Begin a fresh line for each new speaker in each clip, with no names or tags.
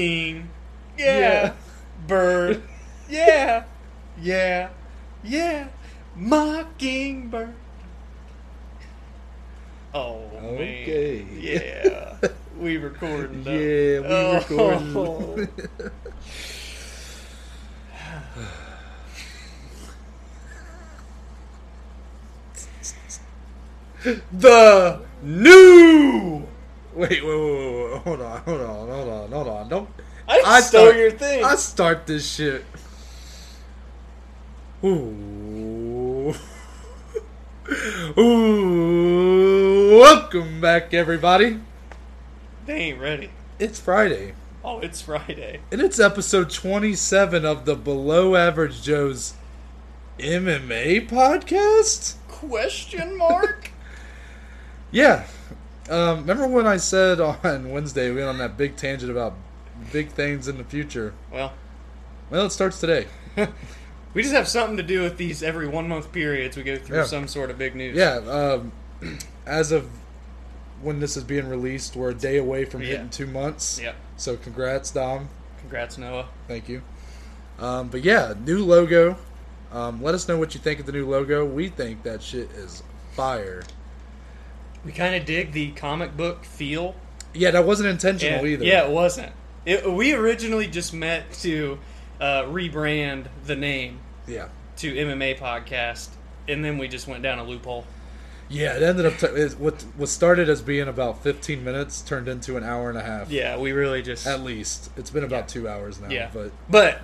Ing. Yeah.
Yeah.
Bird. yeah. Yeah. Yeah. Mockingbird. Oh,
Okay.
man. Yeah. we recording though.
Yeah, we
Oh.
recording.
the new.
Wait, wait, wait, wait, hold on, hold on, hold on, hold on. Don't.
I, stole your thing.
I start this shit. Ooh. Ooh. Welcome back, everybody.
they ain't ready.
It's Friday,
Oh, it's Friday.
and it's episode 27 of the Below Average Joe's MMA podcast?
Question mark?
Yeah. Um, remember when I said on Wednesday we went on that big tangent about big things in the future?
well,
Well, it starts today.
we just have something to do with these every one month periods. We go through
Yeah.
some sort of big news.
Yeah. Um, as of when this is being released, we're a day away from
Yeah.
hitting two months.
Yep.
So congrats, Dom.
Congrats, Noah.
Thank you. Um, but yeah, new logo. Um, let us know what you think of the new logo. We think that shit is fire.
We kind of dig the comic book feel.
Yeah, that wasn't intentional
Yeah,
either.
yeah, it wasn't. It, we originally just met to uh, rebrand the name
Yeah.
to MMA Podcast, and then we just went down a loophole.
Yeah, it ended up t- it, what what started as being about 15 minutes turned into an hour and a half.
Yeah, we really just.
At least it's been about two hours now.
yeah.
But
But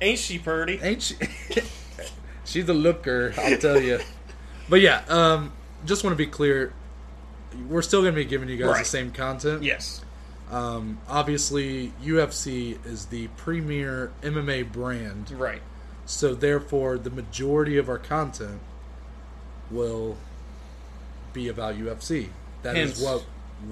ain't she purty?
ain't she? she's a looker, I'll tell you. but yeah, um, just want to be clear. We're still going to be giving you guys the
Right.
same content.
Yes.
Um, obviously, UFC is the premier MMA brand,
Right.
so therefore the majority of our content will be about UFC. That is
Hence-
what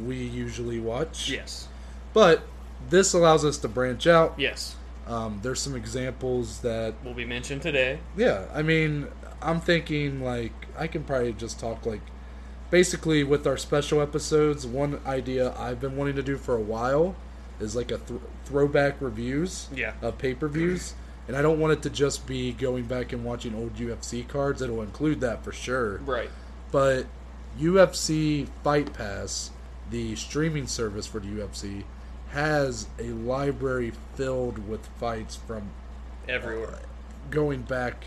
we usually watch.
Yes.
But this allows us to branch out.
Yes.
Um, there's some examples that,
Will be mentioned today.
yeah, I mean, I'm thinking like I can probably just talk like basically with our special episodes. One idea I've been wanting to do for a while is like a th- throwback reviews
Yeah.
of pay per views. And I don't want it to just be going back and watching old UFC cards. It'll include that for sure.
Right.
But UFC Fight Pass, the streaming service for the UFC, has a library filled with fights from
Everywhere.
going back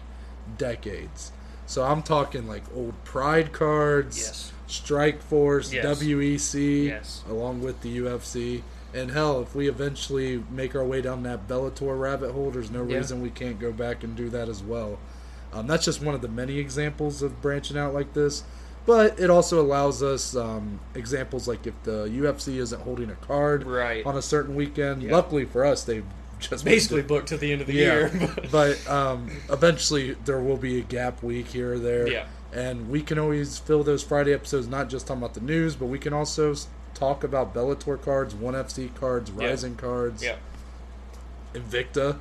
decades. So I'm talking like old Pride cards,
Yes.
Strike Force,
Yes.
WEC,
Yes.
along with the UFC. And hell, if we eventually make our way down that Bellator rabbit hole, there's no
Yeah.
reason we can't go back and do that as well. Um, that's just one of the many examples of branching out like this. But it also allows us um, examples like if the UFC isn't holding a card
Right.
on a certain weekend.
Yeah.
Luckily for us, they've just been
Basically booked to the end of the year. But,
but um, eventually there will be a gap week here or there.
Yeah.
And we can always fill those Friday episodes, not just talking about the news, but we can also s- talk about Bellator cards, One FC cards,
Yeah.
Rising cards,
yeah.
Invicta.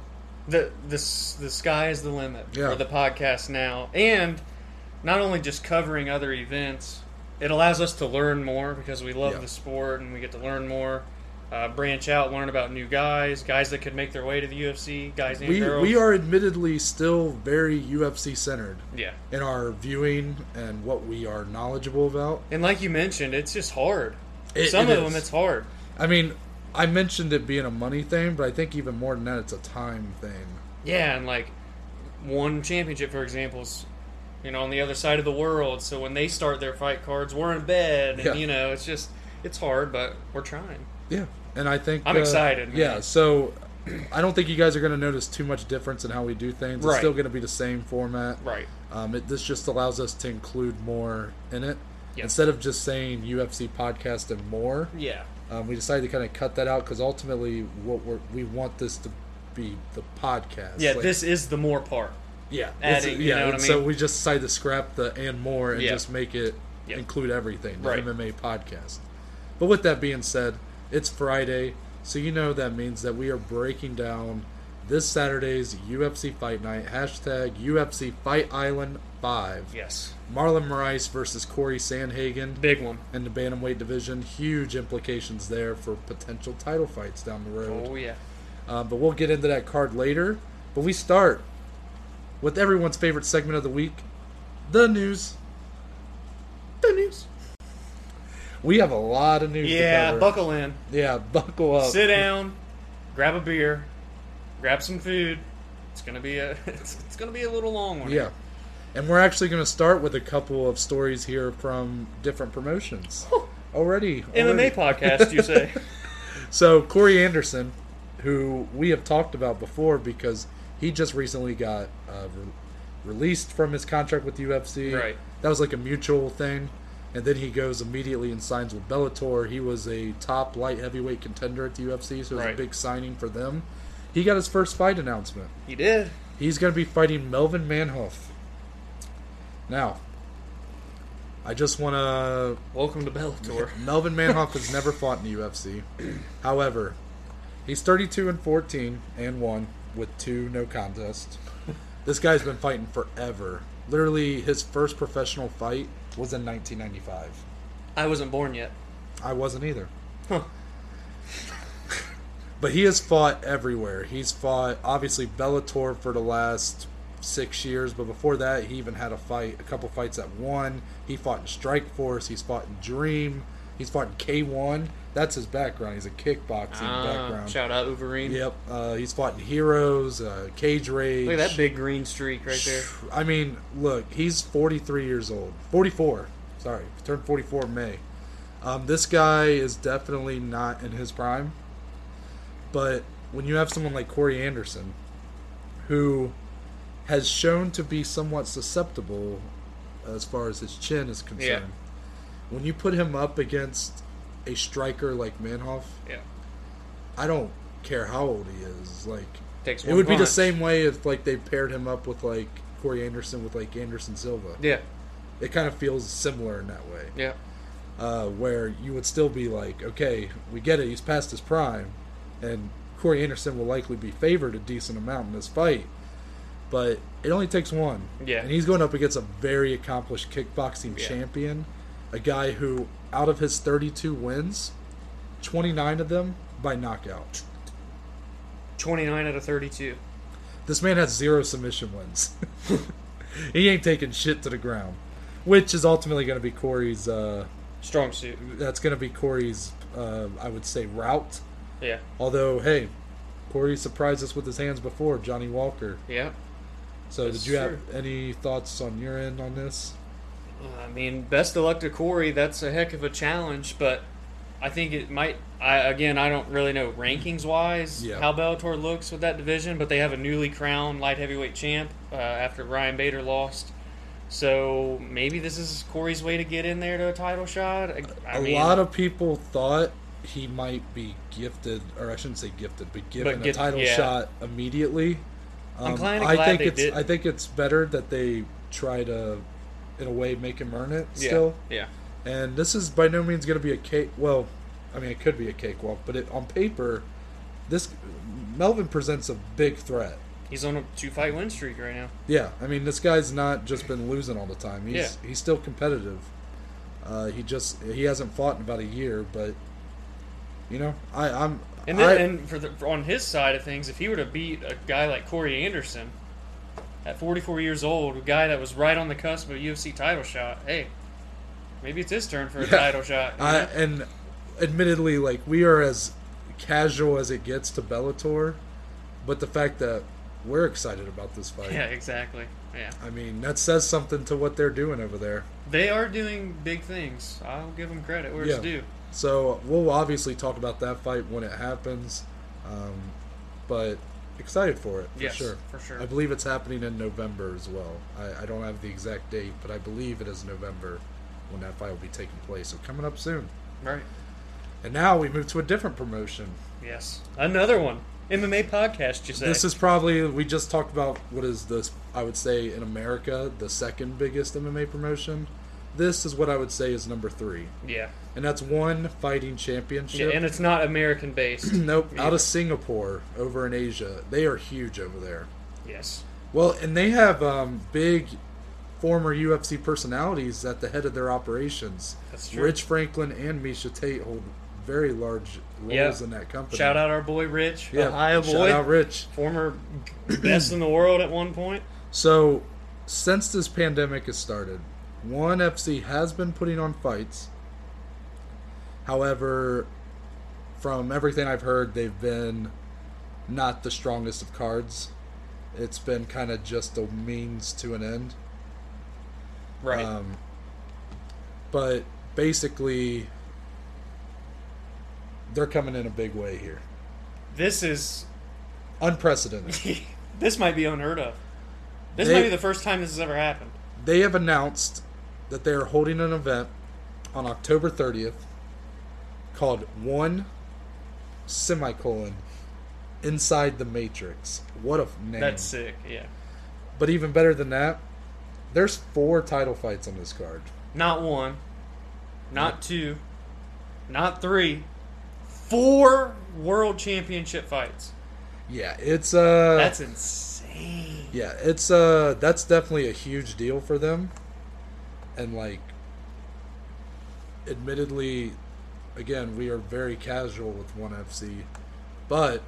the the s- the sky is the limit
Yeah.
for the podcast now, and not only just covering other events, it allows us to learn more because we love
Yeah.
the sport and we get to learn more, uh, branch out, learn about new guys, guys that could make their way to the UFC, guys and
We
girls.
we are admittedly still very UFC centered
yeah,
in our viewing and what we are knowledgeable about.
and like you mentioned, it's just hard.
It-
Some
it
of
is.
them it's hard.
I mean, I mentioned it being a money thing, but I think even more than that, it's a time thing.
Yeah, and like one championship, for example, is you know on the other side of the world. So when they start their fight cards, we're in bed, and
Yeah.
you know it's just it's hard, but we're trying.
Yeah, and I think uh,
I'm excited, man.
Yeah, so I don't think you guys are going to notice too much difference in how we do things. It's
Right.
still going to be the same format.
Right.
Um, it, this just allows us to include more in it
Yeah.
instead of just saying UFC podcast and more.
Yeah.
Um, we decided to kind of cut that out because ultimately, what we're, we want this to be the podcast.
Yeah,
Like,
this is the more part.
yeah,
adding,
it's-
you know what I
and So
mean?
we just decided to scrap the and more and
Yeah.
just make it
Yeah.
include everything. The
Right.
MMA podcast. But with that being said, it's Friday, so you know that means that we are breaking down this Saturday's UFC Fight Night. Hashtag UFC Fight Island 5.
Yes.
Marlon Moraes versus Corey Sandhagen
Big one.
in the Bantamweight division. Huge implications there for potential title fights down the road.
Oh, yeah.
Uh, but we'll get into that card later. But we start with everyone's favorite segment of the week the news. The news. We have a lot of news. to
Yeah,
cover.
buckle in.
yeah, buckle up.
Sit down, grab a beer, grab some food. It's gonna be a it's, it's gonna be a little long one.
Yeah. And we're actually going to start with a couple of stories here from different promotions. Already,
MMA
already.
podcast, you say?
So Corey Anderson, who we have talked about before, because he just recently got uh, re- released from his contract with the UFC.
Right.
That was like a mutual thing, and then he goes immediately and signs with Bellator. He was a top light heavyweight contender at the UFC, so it was a
Right.
big signing for them. He got his first fight announcement.
he did.
He's going to be fighting Melvin Manhoff. Now, I just want to
Welcome to Bellator.
Melvin Manhoff has never fought in the UFC. However, he's 32 and 14 and 1 with two no contests. This guy's been fighting forever. Literally, his first professional fight was in 1995.
I wasn't born yet.
I wasn't either.
Huh.
But he has fought everywhere. He's fought obviously Bellator for the last six years, but before that, he even had a fight, a couple fights at one. He fought in Strike Force. He's fought in Dream. He's fought in K One. That's his background. He's a kickboxing
Ah,
background.
shout out Overeem.
Yep. Uh, he's fought in Heroes, uh, Cage Rage.
Look at that big green streak right there.
I mean, look, he's 43 years old. 44. Sorry, turned 44 in May. Um, this guy is definitely not in his prime. But when you have someone like Corey Anderson, who has shown to be somewhat susceptible as far as his chin is concerned, when you put him up against a striker like Manhoff,
Yeah.
I don't care how old he is. Like,
Takes
it
one
would be the
punch.
same way if like they paired him up with like Corey Anderson with like Anderson Silva.
Yeah.
It kind of feels similar in that way,
Yeah.
uh, where you would still be like, okay, we get it, he's past his prime, and Corey Anderson will likely be favored a decent amount in this fight, but it only takes one.
Yeah.
and he's going up against a very accomplished kickboxing
Yeah.
champion, a guy who out of his 32 wins, 29 of them by knockout.
Twenty nine out of thirty two.
This man has zero submission wins. he ain't taking shit to the ground, which is ultimately going to be Corey's. Uh,
Strong suit.
that's going to be Corey's. Uh, I would say route.
Yeah.
Although, hey, Corey surprised us with his hands before Johnny Walker.
Yeah.
So,
That's
did you have any thoughts on your end on this?
I mean, best of luck to Corey. That's a heck of a challenge, but I think it might. I again, I don't really know rankings wise
Yeah.
how Bellator looks with that division, but they have a newly crowned light heavyweight champ uh, after Ryan Bader lost. So maybe this is Corey's way to get in there to a title shot. I, I
A
mean,
lot of people thought he might be gifted, or I shouldn't say gifted, but given
get-
a title
yeah.
shot immediately. Um,
kinda
I
glad
think
they
it's I
didn't.
think it's better that they try to, in a way, make him earn it still.
Yeah.
And this is by no means going to be a cake. Well, I mean, it could be a cakewalk, but it, on paper, this Melvin presents a big threat.
He's on a two fight win streak right now.
Yeah, I mean, this guy's not just been losing all the time. He's he's still competitive. Uh, he just he hasn't fought in about a year, but you know, I, I'm
And then,
I-
and for the, for- on his side of things, if he were to beat a guy like Corey Anderson at 44 years old, a guy that was right on the cusp of a UFC title shot, hey, maybe it's his turn for a
Yeah.
title shot. you
I,
know?
and admittedly, like we are as casual as it gets to Bellator, but the fact that we're excited about this fight,
yeah, exactly. Yeah,
I mean, that says something to what they're doing over there.
they are doing big things. I'll give them credit where
Yeah.
it's due.
So we'll obviously talk about that fight when it happens, um, but excited for it for
Yes,
sure.
for sure.
I believe it's happening in November as well. I, I don't have the exact date, but I believe it is November when that fight will be taking place. So coming up soon.
Right.
And now we move to a different promotion.
Yes. Another one. MMA podcast. You say
This is probably we just talked about what is this? I would say in America the second biggest MMA promotion. this is what I would say is number three,
Yeah.
and that's one fighting
Yeah,
championship.
and it's not American based.
nope, out
Yeah.
of Singapore over in Asia, they are huge over there.
yes.
Well, and they have um, big former UFC personalities at the head of their operations.
That's true.
Rich Franklin and Misha Tate hold very large roles
Yeah.
in that company.
Shout out our boy Rich,
yeah,
Ohio
shout
boy,
out Rich.
former best in the world at one point.
So, since this pandemic has started, ONE FC has been putting on fights. However, from everything I've heard, they've been not the strongest of cards. It's been kind of just a means to an end.
Right.
Um, but basically, they're coming in a big way here.
this is
Unprecedented.
this might be unheard of. This
They-
might be the first time this has ever happened.
they have announced that they are holding an event on October 30th called One Semicolon Inside the Matrix. What a f- name.
That's sick. Yeah.
But even better than that, there's four title fights on this card.
Not one, not two, not three, four world championship fights.
Yeah, it's uh
That's insane.
Yeah, it's uh that's definitely a huge deal for them. And like admittedly again, we are very casual with 1FC, but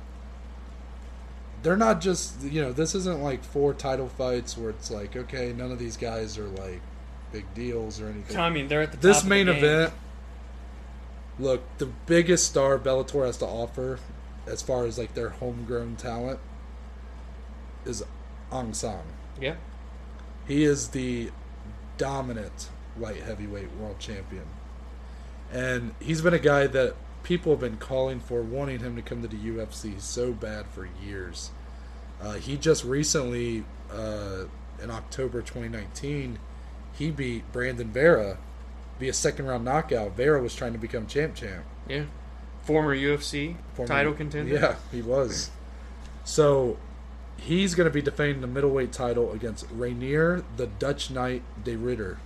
they're not just, you know, this isn't like four title fights where it's like, okay, none of these guys are like big deals or anything.
I mean, they're at the top
this
of
main
the game.
event Look, the biggest star Bellator has to offer as far as like their homegrown talent is Ang Sang.
Yeah.
He is the dominant light heavyweight world champion. And he's been a guy that people have been calling for, wanting him to come to the UFC so bad for years. Uh, he just recently, uh, in October 2019, he beat Brandon Vera via second round knockout. Vera was trying to become champ champ.
Yeah. Former UFC
Former-
title contender.
Yeah, he was. So he's going to be defending the middleweight title against Rainier, the Dutch Knight de Ritter.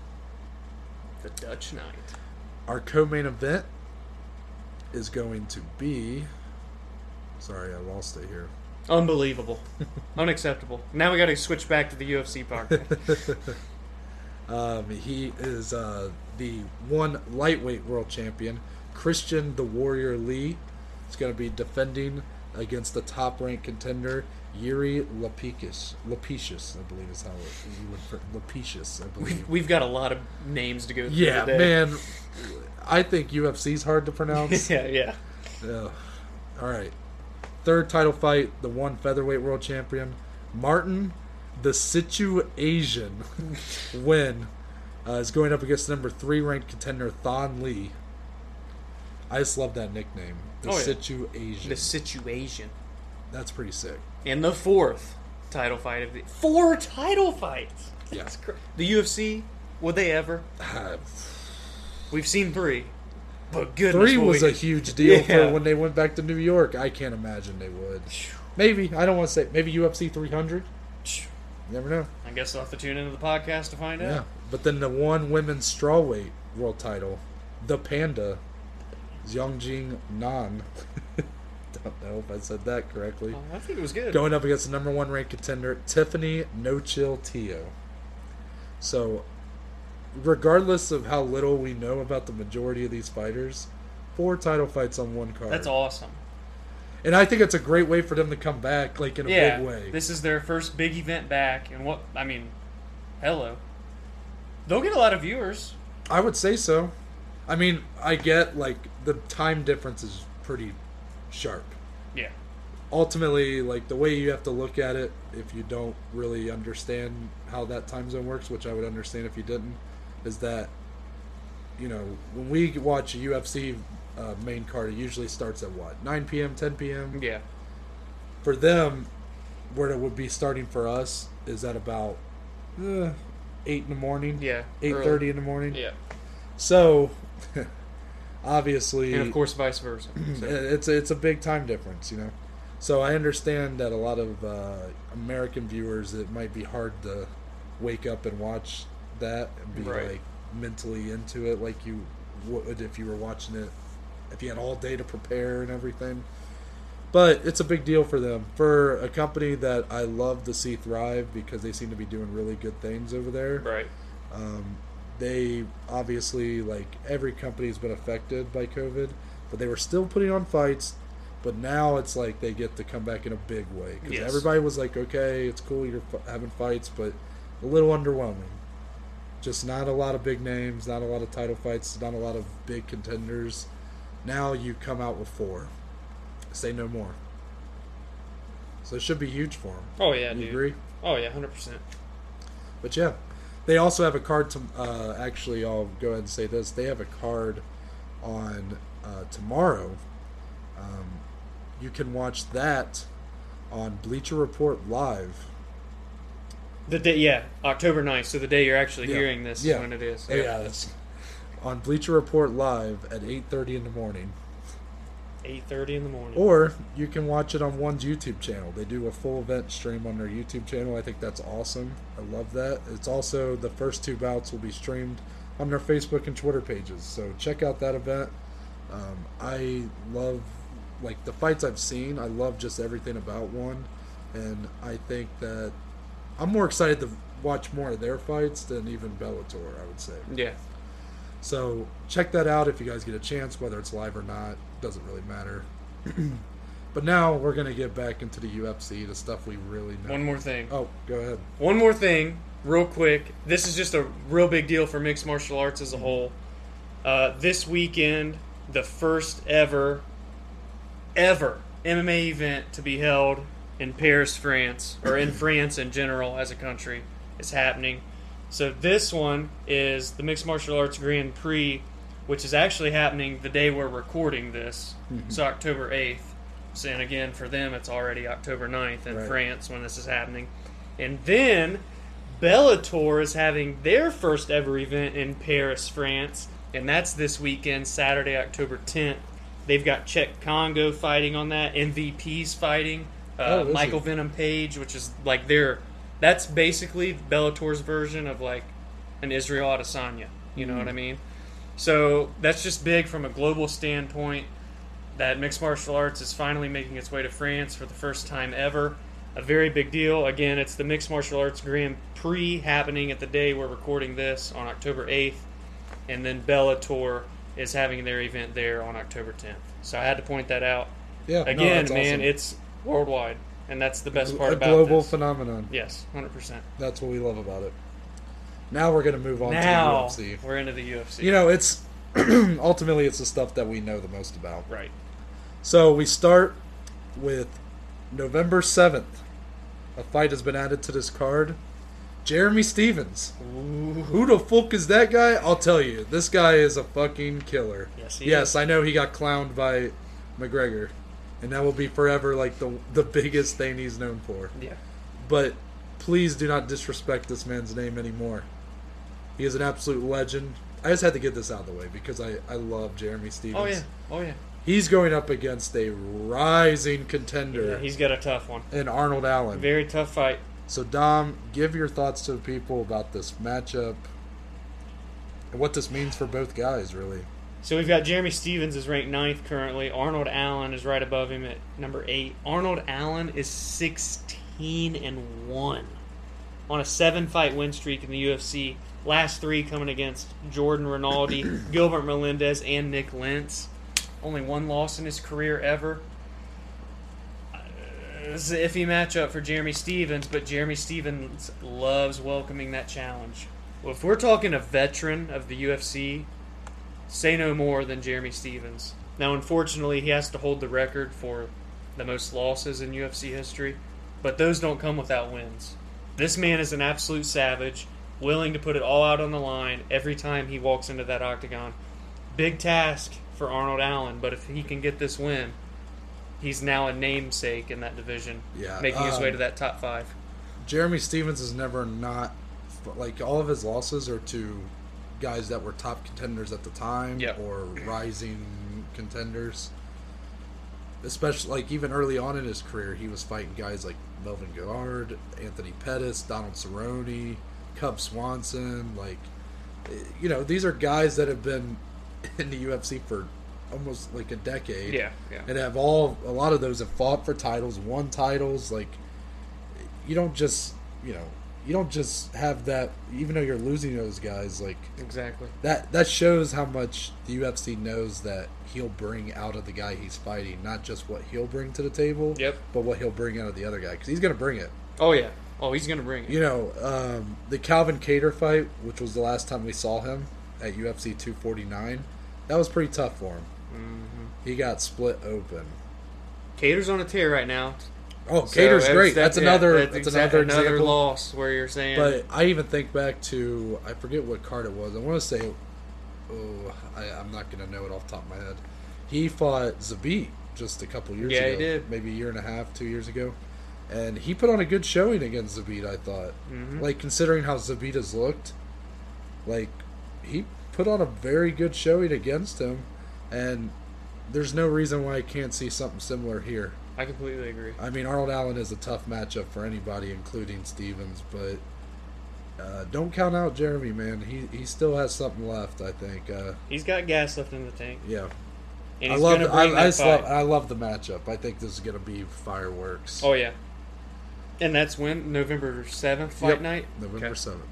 The Dutch Knight.
Our co-main event is going to be. Sorry, I lost it here.
Unbelievable. Unacceptable. Now we got to switch back to the UFC part.
Um, he is uh, the one lightweight world champion, Christian the Warrior Lee. Is going to be defending against the top-ranked contender Yuri Lapicus. Lapicius, I believe is how it, you would. pr- Lapicius, I believe.
We've got a lot of names to go through.
Yeah,
today.
man. I think UFC's hard to pronounce.
yeah, yeah.
Ugh. All right. Third title fight, the one featherweight world champion, Martin the Situation win uh, is going up against number three ranked contender Thon Lee. I just love that nickname, the
Oh, yeah.
Situation.
The situation.
That's pretty sick.
And the fourth title fight of the four title fights.
Yeah.
That's cra- the UFC. Would they ever?
Uh,
We've seen three, but goodness,
three
will
was
we-
a huge deal
Yeah.
for when they went back to New York. I can't imagine they would. Maybe I don't want to say maybe UFC 300. You never know.
I guess I'll have to tune into the podcast to find
Yeah,
out.
but then the one women's strawweight world title, the Panda, Zhongjing Nan. Don't know if I said that correctly.
Oh, I think it was good.
Going up against the number one ranked contender, Tiffany No Chill Tio. So, regardless of how little we know about the majority of these fighters, four title fights on one card.
That's awesome.
And I think it's a great way for them to come back, like in a
Yeah,
big way.
this is their first big event back, and what I mean, hello, they'll get a lot of viewers.
I would say so. I mean, I get like the time difference is pretty sharp.
Yeah,
Ultimately, like the way you have to look at it, if you don't really understand how that time zone works, which I would understand if you didn't, is that you know when we watch a UFC uh, main card, it usually starts at what 9 p.m., 10 p.m.
yeah,
For them, where it would be starting for us is at about eh, eight in the morning,
yeah.
eight
early.
thirty in the morning,
Yeah,
so, obviously,
and of course vice versa.
i-
So,
it's it's a big time difference, you know. So I understand that a lot of uh, American viewers, it might be hard to wake up and watch that and be
Right.
like, mentally into it like you would if you were watching it if you had all day to prepare and everything. But it's a big deal for them for a company that I love to see thrive because they seem to be doing really good things over there.
Right.
Um, they obviously like every company's been affected by COVID, but they were still putting on fights. But now it's like they get to come back in a big way because
Yes.
everybody was like, "Okay, it's cool you're f- having fights, but a little underwhelming. Just not a lot of big names, not a lot of title fights, not a lot of big contenders. Now you come out with four. Say no more. So it should be huge for them.
Oh yeah,
you
dude.
agree?
Oh yeah, hundred percent.
But yeah, they also have a card to. Uh, actually, I'll go ahead and say this: they have a card on uh, tomorrow. Um, you can watch that on Bleacher Report live.
The day, yeah, October 9th, So the day you're actually
Yeah.
hearing this
Yeah.
is when it is.
Yeah, that's on Bleacher Report live at eight thirty in the morning.
Eight thirty in the morning.
Or you can watch it on one's YouTube channel. They do a full event stream on their YouTube channel. I think that's awesome. I love that. It's also the first two bouts will be streamed on their Facebook and Twitter pages. So check out that event. Um, I love like the fights I've seen. I love just everything about one, and I think that I'm more excited to watch more of their fights than even Bellator. I would say.
yeah,
So check that out if you guys get a chance, whether it's live or not. Doesn't really matter. but now we're gonna get back into the UFC, the stuff we really know.
one more thing.
Oh, go ahead.
One more thing, real quick. This is just a real big deal for mixed martial arts as a whole. Uh, this weekend, the first ever, ever MMA event to be held in Paris, France, or in France in general as a country, is happening. So this one is the mixed martial arts Grand Prix, which is actually happening the day we're recording this. So October eighth. So and again for them, it's already October 9th in
Right.
France when this is happening, and then Bellator is having their first ever event in Paris, France, and that's this weekend, Saturday, October 10th. They've got Czech Congo fighting on that, MVP's fighting,
Oh,
uh,
is it?
Michael Venom Page, which is like their. That's basically Bellator's version of like an Israel Adesanya. You know what I mean? So that's just big from a global standpoint that mixed martial arts is finally making its way to France for the first time ever. A very big deal. Again, it's the Mixed Martial Arts Grand Prix happening at the day we're recording this on October 8th. And then Bellator is having their event there on October 10th. So I had to point that out.
Yeah. no,
Again,
that's
man,
awesome.
it's worldwide. And that's the best part
a
about
global
this.
phenomenon.
yes, 100%.
That's what we love about it. Now we're gonna move on
Now
to the UFC.
we're into the UFC.
You know, it's ultimately it's the stuff that we know the most about.
right.
So we start with November seventh. A fight has been added to this card. Jeremy Stevens. Who the fuck is that guy? I'll tell you. This guy is a fucking killer.
Yes, he
Yes, I know he got clowned by McGregor, and that will be forever like the the biggest thing he's known for.
Yeah.
But please do not disrespect this man's name anymore. He is an absolute legend. I just had to get this out of the way because I I love Jeremy Stevens.
Oh, yeah. Oh, yeah.
He's going up against a rising contender
yeah. He's got a tough one.
in Arnold Allen.
Very tough fight.
So, Dom, give your thoughts to the people about this matchup and what this means for both guys, really.
So we've got Jeremy Stevens is ranked ninth currently. Arnold Allen is right above him at number eight. Arnold Allen is sixteen and one on a seven fight win streak in the UFC. Last three coming against Jordan Rinaldi, Gilbert Melendez, and Nick Lentz. Only one loss in his career ever. Uh, This is an iffy matchup for Jeremy Stevens, but Jeremy Stevens loves welcoming that challenge. Well, if we're talking a veteran of the UFC, say no more than Jeremy Stevens. Now, unfortunately, he has to hold the record for the most losses in UFC history, but those don't come without wins. This man is an absolute savage, willing to put it all out on the line every time he walks into that octagon. Big task for Arnold Allen, but if he can get this win, he's now a namesake in that division,
Yeah,
making his
um,
way to that top five.
Jeremy Stevens is never not, like, all of his losses are to guys that were top contenders at the time
Yep.
or rising contenders. Especially, like, even early on in his career, he was fighting guys like Melvin Goddard, Anthony Pettis, Donald Cerrone, Cub Swanson, like, eh, you know, these are guys that have been in the UFC for almost like a decade.
Yeah, yeah.
And have all a lot of those have fought for titles, won titles. Like you don't just you know you don't just have that. Even though you're losing those guys, like
Exactly.
that that shows how much the UFC knows that he'll bring out of the guy he's fighting, not just what he'll bring to the table,
Yep.
but what he'll bring out of the other guy because he's going to bring it.
Oh yeah. Oh, he's gonna bring it.
You know, um, the Calvin Cater fight, which was the last time we saw him at UFC 249, that was pretty tough for him.
Mm-hmm.
He got split open.
Cater's on a tear right now.
Oh,
So
Cater's
that's-
great.
that-
That's
yeah,
another.
That's,
That's,
exa-
another
another
example.
loss where you're saying.
But I even think back to I forget what card it was. I want to say, oh, I, I'm not gonna know it off the top of my head. He fought Zabit just a couple years
Yeah,
ago.
he did.
Maybe a year and a half, two years ago, and he put on a good showing against Zabit. I thought,
Mhm.
like considering how Zabit has looked, like he put on a very good showing against him, and there's no reason why I can't see something similar here.
I completely agree.
I mean, Arnold Allen is a tough matchup for anybody, including Stevens, but uh, don't count out Jeremy, man. He he still has something left, I think. Uh,
He's got gas left in the tank,
yeah,
and
I
he's
love
gonna
I,
bring
I
that
just
fight.
love I love the matchup. I think this is gonna be fireworks.
oh yeah. And that's when November seventh fight
Yep.
night.
November
Okay.
seventh.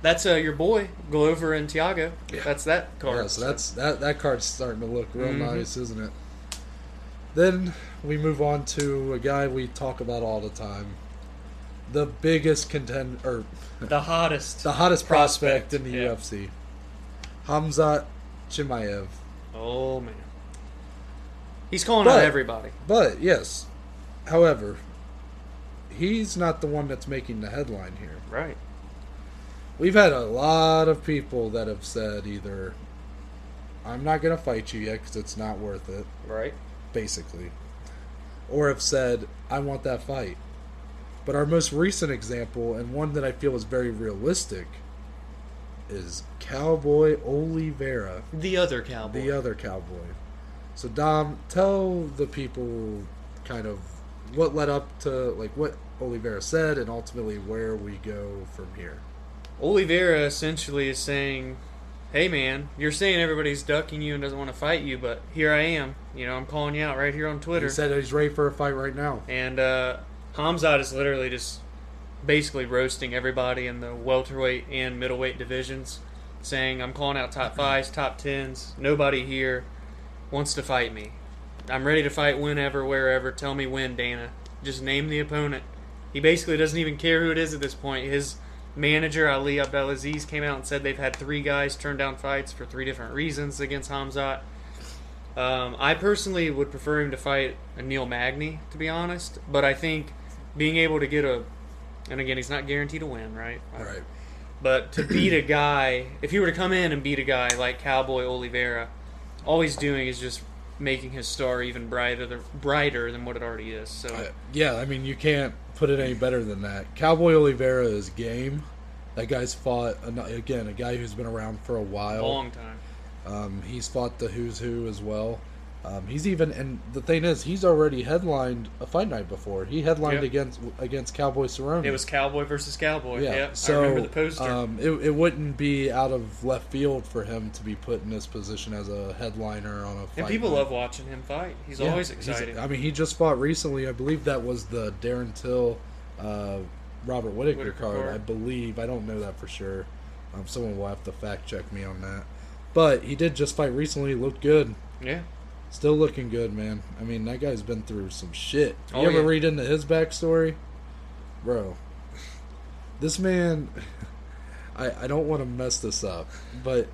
That's uh, your boy Glover and Tiago.
Yeah.
That's that card.
Yeah, so that's that that card's starting to look real
Mhm.
nice, isn't it? Then we move on to a guy we talk about all the time, the biggest contender. Or,
the hottest.
the hottest prospect, in the
yeah.
UFC, Hamza Chimaev.
Oh man. He's calling out
But-
everybody.
But yes, however, he's not the one that's making the headline here.
Right.
We've had a lot of people that have said either, "I'm not going to fight you yet because it's not worth it,"
Right.
basically, or have said, "I want that fight." But our most recent example, and one that I feel is very realistic, is Cowboy Oliveira
The other cowboy.
the other cowboy. So Dom, tell the people kind of what led up to like what Oliveira said and ultimately where we go from here.
Oliveira essentially is saying, "Hey man, you're saying everybody's ducking you and doesn't want to fight you, but here I am. You know, I'm calling you out right here on Twitter."
He said he's ready for a fight right now.
and uh, Hamzat is literally just basically roasting everybody in the welterweight and middleweight divisions, saying, "I'm calling out top fives, top tens. Nobody here wants to fight me. I'm ready to fight whenever, wherever. Tell me when, Dana. Just name the opponent." He basically doesn't even care who it is at this point. His manager Ali Abdelaziz came out and said they've had three guys turn down fights for three different reasons against Hamzat. Um, I personally would prefer him to fight a Neil Magny, to be honest. But I think being able to get a, and again, he's not guaranteed to win, right?
Right.
But to beat a guy, if he were to come in and beat a guy like Cowboy Oliveira, all he's doing is just making his star even brighter, th- brighter than what it already is. So
I- Uh, yeah, I mean you can't put it any better than that. Cowboy Oliveira is game. That guy's fought an- again a guy who's been around for a while.
long time.
Um, he's fought the who's who as well. Um, he's even, and the thing is, he's already headlined a fight night before. He headlined
Yep.
against against Cowboy Cerrone.
It was Cowboy versus Cowboy.
Oh, yeah.
Yep,
so
I remember the poster.
Um, it it wouldn't be out of left field for him to be put in this position as a headliner on a. Fight
and people
night.
love watching him fight. He's
uh, Yeah,
always
he's-
excited.
I mean, he just fought recently. I believe that was the Darren Till, uh, Robert Whitaker,
Whittaker
card.
card.
I believe. I don't know that for sure. Um, someone will have to fact check me on that. But he did just fight recently. Looked good.
yeah.
Still looking good, man. I mean, that guy's been through some shit. You
Oh, yeah.
ever read into his backstory? Bro, this man, I, I don't want to mess this up, but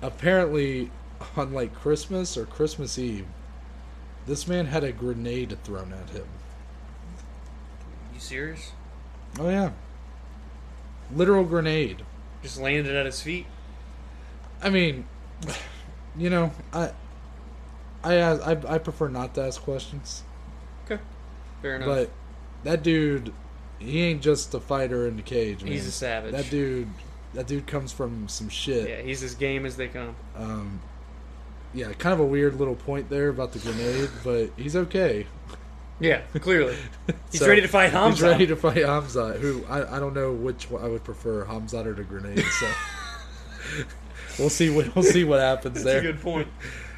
apparently on like Christmas or Christmas Eve, this man had a grenade thrown at him.
You serious?
Oh, yeah. Literal grenade.
Just landed at his feet.
I mean, you know, I. I, ask, I I prefer not to ask questions.
Okay. Fair enough.
But that dude, he ain't just a fighter in the cage. Man.
He's a savage.
That dude, that dude comes from some shit.
yeah, he's as game as they come.
Um, yeah, kind of a weird little point there about the grenade, but he's okay.
Yeah, clearly. He's
So,
ready to fight Hamza.
He's ready to fight Hamzat, who I, I don't know which one I would prefer, Hamzat or the grenade. So we'll see what we'll see what
That's
happens there.
a good point.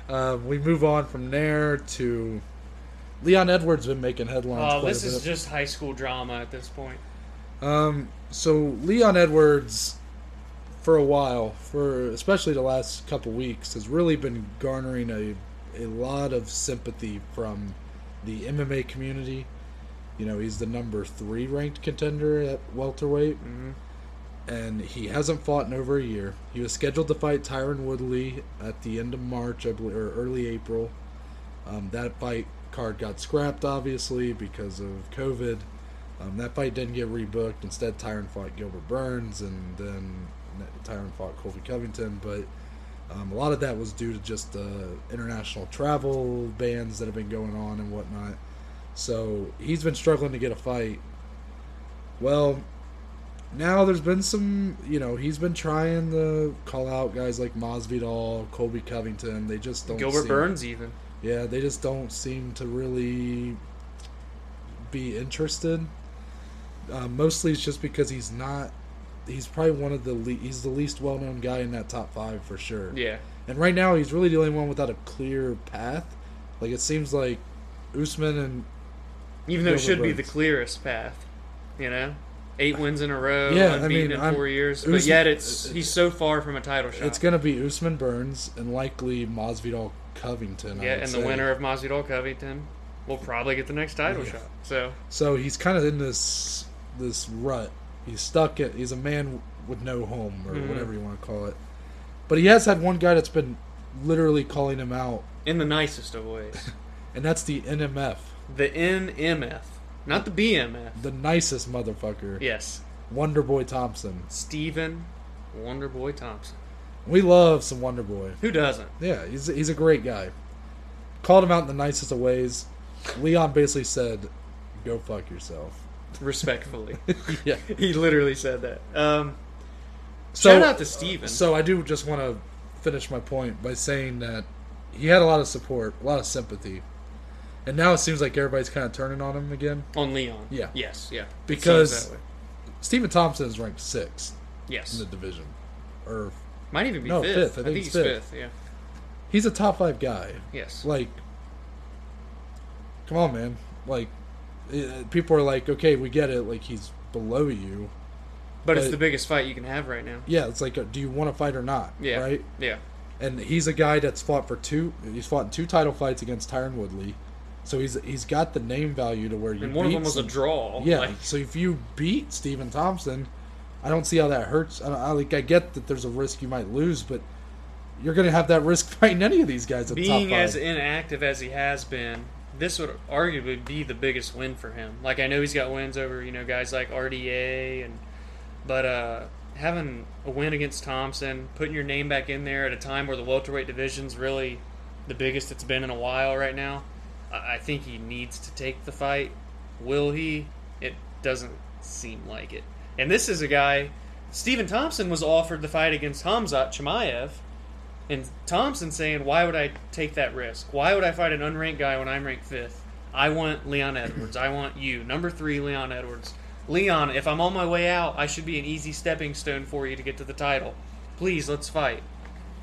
Um, we move on from there to Leon Edwards been making headlines.
Uh,
quite
this
a bit.
is just high school drama at this point.
Um, so Leon Edwards, for a while, for especially the last couple weeks, has really been garnering a a lot of sympathy from the MMA community. You know, he's the number three ranked contender at welterweight,
Mm-hmm.
and he hasn't fought in over a year. He was scheduled to fight Tyron Woodley at the end of March, I believe, or early April. Um, that fight card got scrapped, obviously, because of COVID. Um, that fight didn't get rebooked. Instead, Tyron fought Gilbert Burns, and then Tyron fought Colby Covington. But um, a lot of that was due to just the international travel bans that have been going on and whatnot. So he's been struggling to get a fight. Well, now there's been some, you know, he's been trying to call out guys like Masvidal, Colby Covington. They just don't.
Gilbert
seem-
Burns even.
yeah, they just don't seem to really be interested. Uh, mostly, it's just because he's not. He's probably one of the le- he's the least well known guy in that top five for sure.
Yeah.
And right now, he's really the only one without a clear path. Like it seems like Usman and
Even though it
Gilbert
should be the
Burns.
clearest path, you know, eight wins in a row,
Yeah, I
unbeaten
mean,
in
I'm-
4 years,
it was-
but yet it's he's so far from a title shot.
it's gonna be Usman Burns and likely Masvidal Covington. I
yeah,
would
and the
say.
winner of Masvidal Covington will probably get the next title
Yeah.
shot. So
So he's kind of in this this rut. He's stuck at. He's a man with no home, or
Mhm.
whatever you want to call it. But he has had one guy that's been literally calling him out,
in the nicest of ways,
and that's the NMF,
the NMF, not the BMF.
the nicest motherfucker,
Yes,
Wonder Boy Thompson.
Stephen Wonderboy Thompson.
We love some Wonder Boy.
Who doesn't?
Yeah, he's he's a great guy. Called him out in the nicest of ways. Leon basically said, "Go fuck yourself."
Respectfully,
yeah.
he literally said that. Um,
So
Shout out to Steven.
So I do just want to finish my point by saying that he had a lot of support, a lot of sympathy, and now it seems like everybody's kind of turning on him again.
on Leon.
Yeah.
Yes. Yeah. It sounds
Because-
that way.
Stephen Thompson is ranked sixth in
yes,
the division, or
might even be
No,
fifth.
fifth. I think
he's
it's
fifth. Yeah.
he's a top five guy.
Yes.
Like, come on, man! Like, eh, people are like, okay, we get it. Like he's below you.
But it's
But-
the biggest fight you can have right now.
Yeah, it's like, uh, do you want to fight or not?
Yeah.
Right.
Yeah.
and he's a guy that's fought for two. He's fought in two title fights against Tyron Woodley, so he's he's got the name value to where you.
And one of
beat
them was a
some-
draw.
Yeah,
Like,
so if you beat Stephen Thompson, I don't see how that hurts. I, I like I get that there's a risk you might lose, but you're gonna have that risk fighting any of these guys at top
being
five.
as inactive as he has been, this would arguably be the biggest win for him. Like I know he's got wins over you know guys like RDA and, but uh, having a win against Thompson, putting your name back in there at a time where the welterweight division's really the biggest it's been in a while right now. I I think he needs to take the fight. Will he? It doesn't seem like it. And this is a guy. Stephen Thompson was offered the fight against Hamzat Chimaev, and Thompson saying, "Why would I take that risk? Why would I fight an unranked guy when I'm ranked fifth? I want Leon Edwards. I want you, number three, Leon Edwards. Leon, if I'm on my way out, I should be an easy stepping stone for you to get to the title. Please, let's fight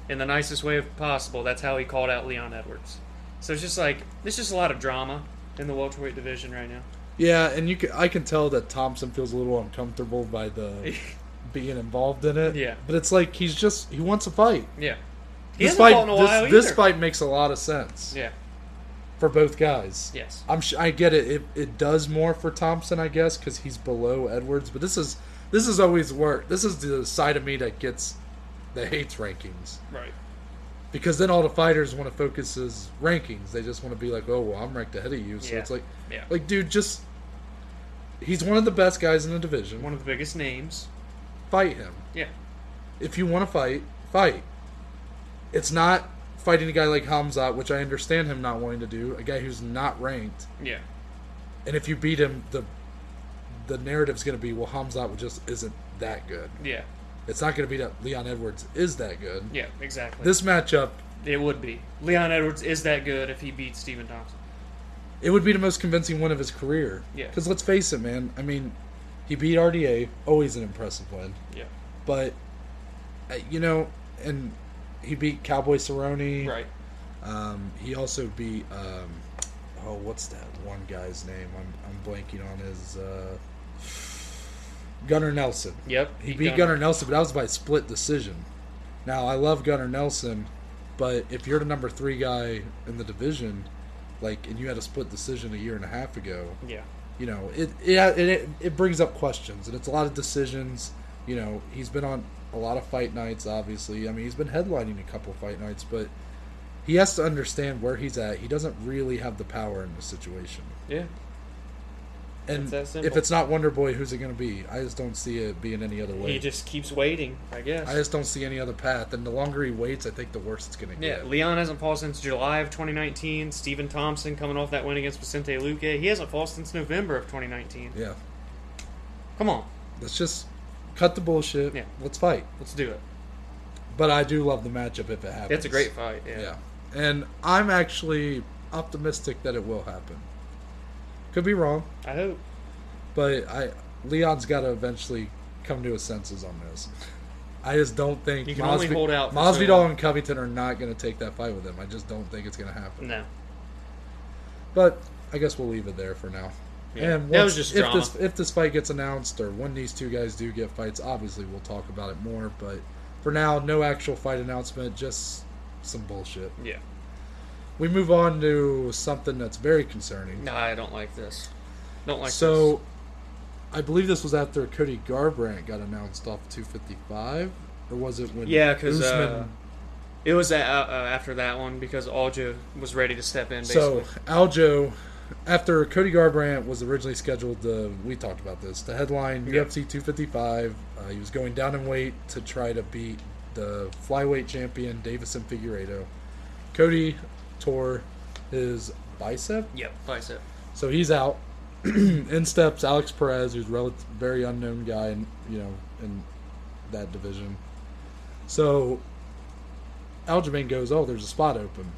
in the nicest way possible." That's how he called out Leon Edwards. So it's just like there's just a lot of drama in the welterweight division right now.
yeah, and you can, I can tell that Thompson feels a little uncomfortable by the being involved in it.
Yeah.
but it's like he's just he wants a fight.
yeah, he hasn't
this fight,
fought in a
this,
while
this
either.
fight makes a lot of sense
Yeah.
for both guys.
Yes.
I'm sh- I get it. it. It does more for Thompson, I guess, because he's below Edwards. But this is this is always work. This is the side of me that gets the hates rankings
Right.
because then all the fighters want to focus his rankings. They just want to be like, oh, well, I'm ranked ahead of you. So
Yeah.
it's like,
Yeah.
like, dude, just he's one of the best guys in the division.
One of the biggest names.
Fight him
Yeah.
if you want to fight, fight. It's not fighting a guy like Hamzat, which I understand him not wanting to do. A guy who's not ranked.
Yeah.
and if you beat him, the the narrative's going to be well, Hamzat just isn't that good.
Yeah.
It's not going to be that Leon Edwards is that good.
Yeah. Exactly.
This matchup,
It would be. Leon Edwards is that good if he beats Steven Thompson.
it would be the most convincing win of his career.
Yeah.
Because let's face it, man. I mean, he beat RDA, always an impressive win.
Yeah.
But uh, you know, and he beat Cowboy Cerrone.
Right.
Um, he also beat um, oh, what's that one guy's name? I'm I'm blanking on his uh, Gunnar Nelson.
Yep.
He beat Gunnar Nelson, but that was by split decision. Now I love Gunnar Nelson, but if you're the number three guy in the division, like, and you had a split decision a year and a half ago,
Yeah.
you know, it it it, it brings up questions, and it's a lot of decisions. You know, he's been on a lot of fight nights. Obviously, I mean, he's been headlining a couple fight nights, but he has to understand where he's at. He doesn't really have the power in this situation.
Yeah.
And
It's that simple.
if it's not Wonder Boy, who's it going to be? I just don't see it being any other way.
He just keeps waiting, I guess.
I just don't see any other path. And the longer he waits, I think the worse it's going to
yeah,
get.
Leon hasn't fought since July of 2019. Stephen Thompson coming off that win against Vicente Luque. He hasn't fought since November of 2019.
Yeah.
Come on,
Let's just cut the bullshit.
Yeah.
Let's fight.
let's do it.
But I do love the matchup if it happens.
It's a great fight. Yeah.
Yeah. And I'm actually optimistic that it will happen. Could be wrong,
I hope.
but I Leon's got to eventually come to his senses on this. I just don't think
You can only hold out for so
Masvidal
long.
and Covington are not going to take that fight with him. I just don't think it's going to happen.
No.
But I guess we'll leave it there for now.
Yeah.
And
That was
once-
just
if
drama.
this if this fight gets announced or when these two guys do get fights, obviously we'll talk about it more. But for now, no actual fight announcement, just some bullshit.
Yeah.
We move on to something that's very concerning.
No, I don't like this. Don't like
so, I believe this was after Cody Garbrandt got announced off 255, or was it when?
this. Yeah, because
Usman-
uh, it was a, uh, uh, after that one because Aljo was ready to step in. Basically.
so Aljo, after Cody Garbrandt was originally scheduled to, we talked about this, to headline
Yeah.
UFC 255. Uh, he was going down in weight to try to beat the flyweight champion Davison Figueredo. Cody tore his bicep.
yep, bicep.
So he's out. in steps Alex Perez, who's rel- very unknown guy, in, you know, in that division. So Aljamain goes, "Oh, there's a spot open."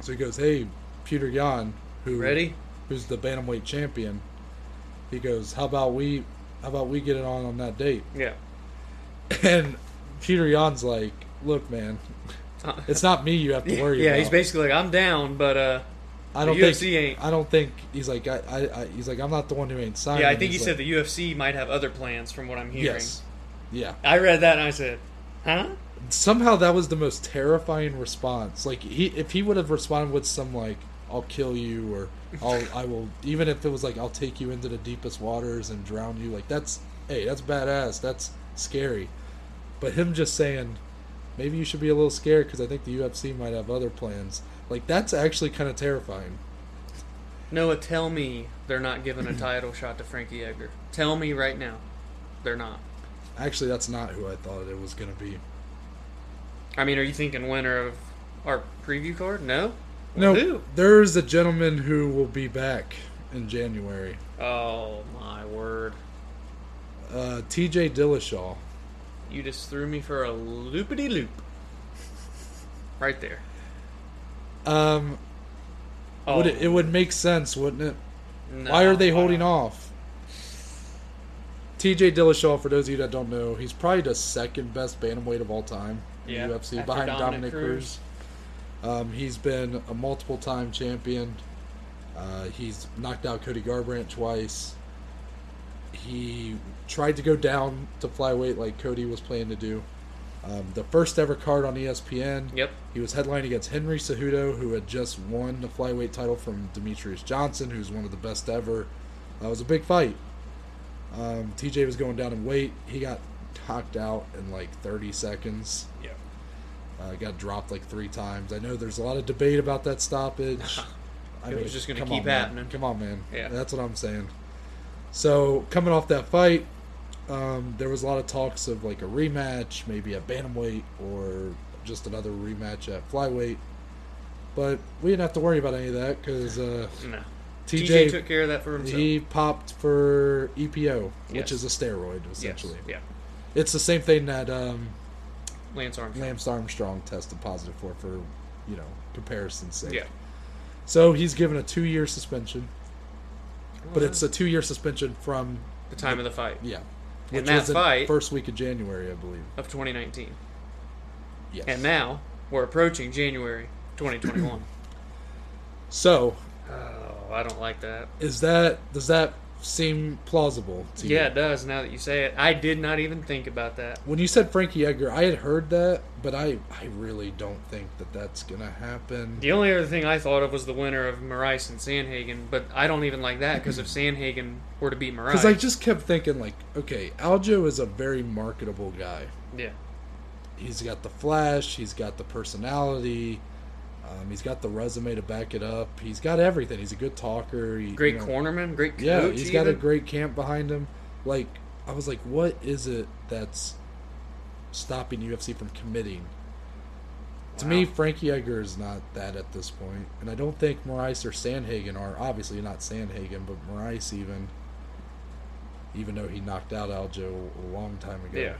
So he goes, "Hey, Peter Yan, who
Ready?
who's the bantamweight champion?" He goes, "How about we, how about we get it on on that date?"
Yeah.
And Peter Yan's like, "Look, man,
Uh,
it's not me you have to worry
yeah,
about."
he's basically like, I'm down, but uh,
I
the
don't
UFC
think
ain't-
I don't think he's like I, I, I he's like I'm not the one who ain't signing.
yeah, I think he
He's
said
like,
the UFC might have other plans from what I'm hearing.
Yes. Yeah.
I read that and I said, huh?
Somehow that was the most terrifying response. Like he if he would have responded with some like I'll kill you or I'll I will even if it was like I'll take you into the deepest waters and drown you like that's hey, that's badass. That's scary. But him just saying maybe you should be a little scared cuz I think the UFC might have other plans. Like that's actually kind of terrifying.
Noah, tell me they're not giving a title shot to Frankie Edgar. Tell me right now. They're not.
Actually, that's not who I thought it was going to be.
I mean, are you thinking winner of our preview card? No?
No,
Who?
there's a gentleman who will be back in January.
Oh, my word.
Uh, T.J. Dillashaw.
You just threw me for a loopity loop. Right there.
Um,
Oh,
would it, it would make sense, wouldn't it?
no,
Why are they
why
holding
not?
off? T.J. Dillashaw, for those of you that don't know, he's probably the second best bantamweight of all time in
Yeah,
the UFC,
after
behind
Dominic
Dominic, Cruz. Um, he's been a multiple-time champion. Uh, he's knocked out Cody Garbrandt twice. He tried to go down to flyweight like Cody was planning to do. Um, the first ever card on E ESPN.
Yep.
He was headlining against Henry Cejudo, who had just won the flyweight title from Demetrius Johnson, who's one of the best ever. That was a big fight. Um, TJ was going down in weight. He got knocked out in like 30 seconds.
Yep.
Uh, got dropped like three times. I know there's a lot of debate about that stoppage. I
It was just gonna
come
keep
on, man.
happening.
Come on, man.
Yeah.
That's what I'm saying. So coming off that fight, um, there was a lot of talks of like a rematch, maybe at bantamweight or just another rematch at flyweight. But we didn't have to worry about any of that because uh,
No. TJ,
TJ,
took care of that for himself.
he popped for EPO,
Yes.
which is a steroid
yes.
essentially.
Yeah.
It's the same thing that um,
Lance Armstrong.
Lance Armstrong tested positive for, for you know comparison's sake.
Yeah.
So he's given a two-year suspension, but
Well,
it's a two-year suspension from
the time of the fight
yeah,
And that fight-
first week of January, I believe.
of 2019.
Yes.
And now we're approaching January 2021.
so
oh, I don't like that.
is that does that seem plausible to you?
Yeah, it does now that you say it. I did not even think about that.
When you said Frankie Edgar, I had heard that, but I I really don't think that that's gonna happen.
The only other thing I thought of was the winner of Marais and Sandhagen, but I don't even like that because if Sandhagen were to beat Marais,
Because I just kept thinking, like, okay, Aljo is a very marketable guy.
yeah,
He's got the flash, he's got the personality, um, he's got the resume to back it up. He's got everything. He's a good talker. He,
great
you know,
cornerman, great coach.
Yeah, he's got a
even.
great camp behind him. Like, I was like, what is it that's stopping UFC from committing? To me,
Wow.
Frankie Edgar is not that at this point, and I don't think Morais or Sandhagen are. Obviously, not Sandhagen, but Morais even, even though he knocked out Aljo a long time ago.
Yeah.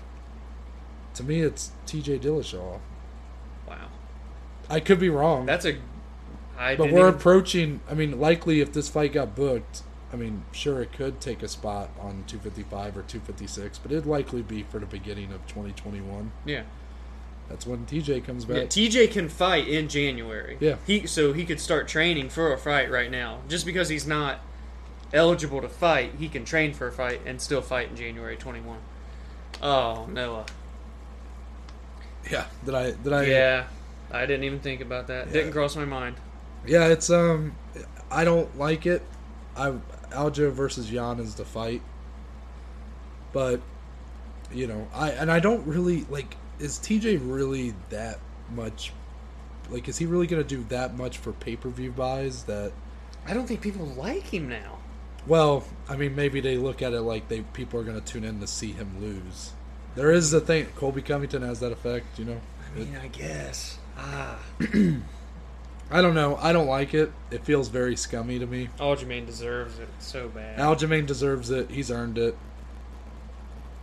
To me, it's T.J. Dillashaw.
Wow,
I could be wrong.
that's a. I
But
didn't
we're
even-
approaching. I mean, likely if this fight got booked, I mean, sure it could take a spot on 255 or 256, but it'd likely be for the beginning of 2021.
yeah.
That's when TJ comes
Yeah,
back.
TJ can fight in January.
Yeah.
He so he could start training for a fight right now. Just because he's not eligible to fight, he can train for a fight and still fight in January 21. Oh, Noah.
yeah, did I? Did I?
Yeah. I didn't even think about that. Didn't cross my mind.
yeah. It's um, I don't like it. I Aljo versus Jan is the fight, but you know, I and I don't really like. Is TJ really that much? Like, is he really gonna do that much for pay per view buys that?
I don't think people like him now.
Well, I mean, maybe they look at it like they people are going to tune in to see him lose. There is the thing. Colby Covington has that effect, you know.
I mean, I guess. Ah.
I don't know. I don't like it. It feels very scummy to me.
Aljamain deserves it so bad.
Aljamain deserves it. He's earned it.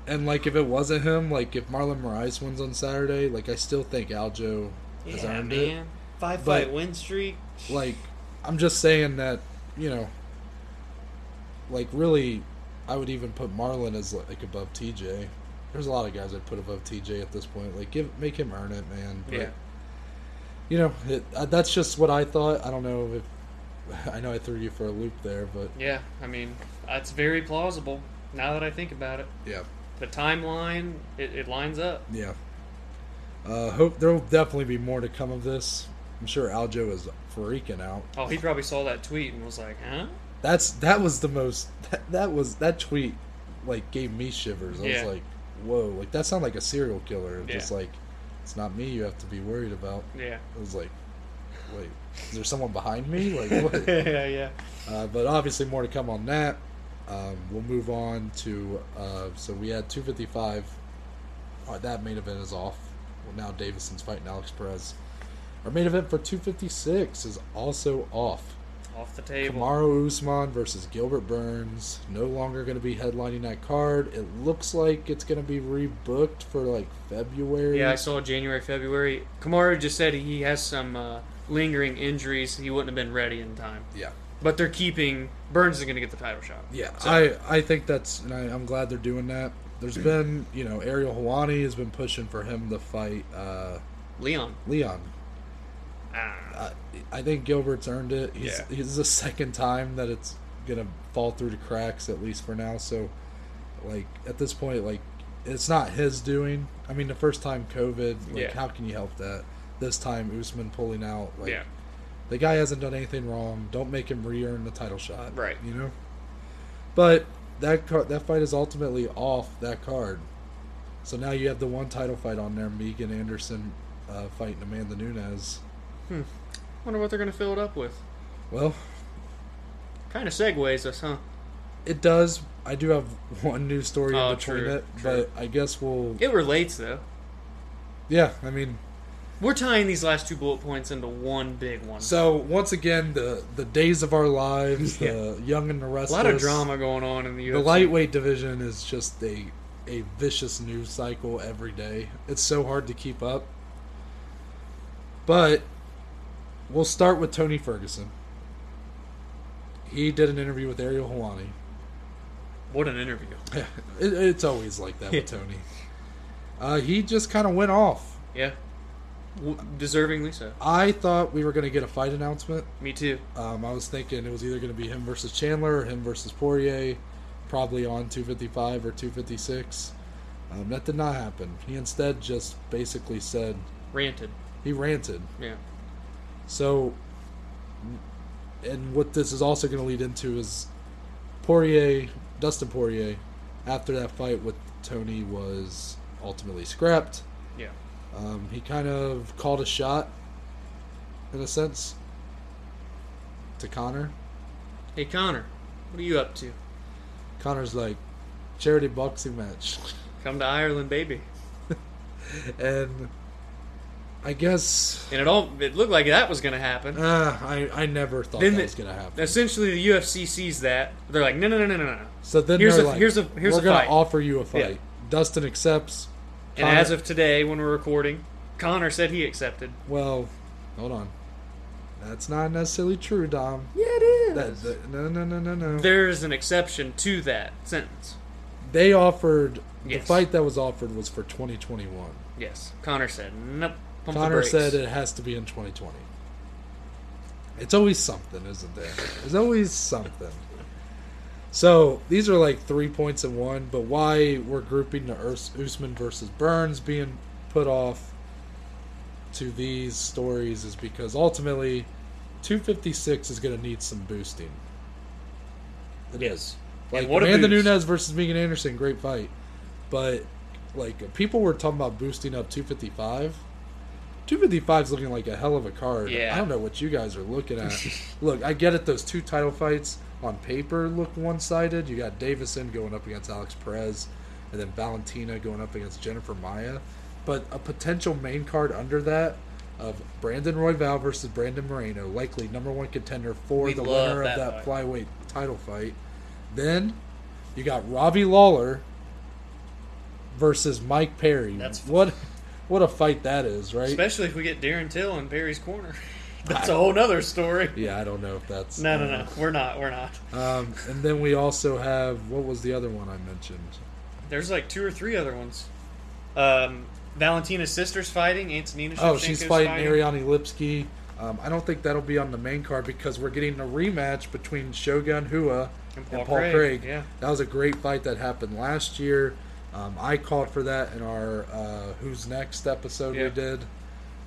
And like, if it wasn't him, like if Marlon Moraes wins on Saturday, like I still think Aljo has
yeah,
earned
man. Five
But-
fight win streak.
it. Like, I'm just saying that you know. Like really, I would even put Marlon as like above TJ. There's a lot of guys I'd put above TJ at this point. Like, give make him earn it, man. But-
Yeah.
you know, it, uh, that's just what I thought. I don't know if I know I threw you for a loop there, but
Yeah, I mean, that's very plausible now that I think about it.
yeah,
the timeline it, it lines up
yeah. Uh, hope there will definitely be more to come of this. I'm sure Aljo is freaking out.
oh he probably saw that tweet and was like huh
That's that was the most that, that was that tweet like gave me shivers. I
Yeah.
was like, whoa, like that sounded like a serial killer.
Yeah.
Just like it's not me you have to be worried about.
yeah
I was like, wait, is there someone behind me? Like what?
yeah yeah
Uh, but obviously, more to come on that. Um, we'll move on to. Uh, so we had 255. Uh, that main event is off. Well, now Davison's fighting Alex Perez. Our main event for 256 is also off.
off the table
Kamaru Usman versus Gilbert Burns. No longer going to be headlining that card. It looks like it's going to be rebooked for like February.
yeah i saw january february kamaru just said he has some uh, lingering injuries he wouldn't have been ready in time
yeah.
but they're keeping burns is going to get the title shot
Yeah,
So-
I, I think that's, and I, I'm glad they're doing that. There's been, you know, Ariel Hawani has been pushing for him to fight uh,
leon
Leon.
ah.
I, I think Gilbert's earned it. He's,
Yeah.
this is the second time that it's going to fall through the cracks, at least for now. So, like, at this point, like, it's not his doing. I mean, the first time COVID, like,
Yeah.
how can you help that? This time, Usman pulling out. Like,
yeah
the guy hasn't done anything wrong. Don't make him re-earn the title shot.
Right.
You know. But that car- that fight is ultimately off that card. So now you have the one title fight on there: Megan Anderson uh, fighting Amanda Nunes.
wonder what they're going to fill it up with
Well,
kind of segues us huh
it does. I do have one news story
Oh,
in between
true,
it,
true.
but I guess we'll.
it relates though
Yeah, I mean,
we're tying these last two bullet points into one big one
so once again, the the days of our lives, the young and the
a
restless,
lot of drama going on in the UFC.
The lightweight division is just a a vicious news cycle every day. It's so hard to keep up. But we'll start with Tony Ferguson. He did an interview with Ariel Helwani.
What an interview.
it, it's always like that with
Yeah.
Tony. Uh, he just kind of went off
Yeah. W- deservingly so.
I thought we were going to get a fight announcement.
Me too.
Um, I was thinking it was either going to be him versus Chandler or him versus Poirier, probably on 255 or 256. Um, that did not happen. He instead just basically said
Ranted.
he ranted.
Yeah.
So, and what this is also going to lead into is Poirier, Dustin Poirier, after that fight with Tony was ultimately scrapped.
Yeah.
Um, he kind of called a shot, in a sense, to Connor.
Hey Connor, what are you up to?
Connor's like, charity boxing match.
Come to Ireland, baby.
and I guess.
And it all it looked like that was going to happen.
Uh, I, I never thought
Then
that
the-
was going to happen.
Essentially, the UFC sees that they're like, no, no, no, no, no, no.
So then
Here's
they're
a-
like,
here's a- here's
we're
a
gonna
fight."
offer you a fight.
Yeah.
Dustin accepts.
And
Connor-
as of today, when we're recording, Connor said he accepted.
well, hold on, that's not necessarily true, Dom.
Yeah, it
That, that- no, no, no, no, no.
There's an exception to that sentence.
They offered the
Yes.
fight that was offered was for 2021.
Yes, Connor said nope. Pump the
Connor
brakes.
said it has to be in 2020. It's always something, isn't there? There's always something. So these are like three points in one, but why we're grouping the Urs- Usman versus Burns being put off to these stories is because ultimately 256 is going to need some boosting. It is.
And
Like
what a
Amanda
boost.
Nunes versus Megan Anderson, great fight. But like people were talking about boosting up 255. 255 is looking like a hell of a card.
Yeah.
I don't know what you guys are looking at. Look, I get it. Those two title fights on paper look one sided. You got Davison going up against Alex Perez, and then Valentina going up against Jennifer Maya. But a potential main card under that of Brandon Royval versus Brandon Moreno, likely number one contender for
We
the
love
winner
that
of that
fight.
flyweight title fight. Then you got Robbie Lawler versus Mike Perry.
That's-
what what a fight that is, right?
especially if we get Darren Till in Perry's corner. That's a whole nother story.
yeah, I don't know if that's
No, no, no. We're not. We're not.
Um, and then we also have what was the other one I mentioned?
There's like two or three other ones. Um, Valentina's sister's fighting. Antonina.
Oh, she's
Shevchenko's
fighting Ariane Lipsky. Um, I don't think that'll be on the main card because we're getting a rematch between Shogun Hua and Paul, Craig.
Yeah.
That was a great fight that happened last year. Um, I called for that in our uh, Who's Next episode
Yeah.
we did.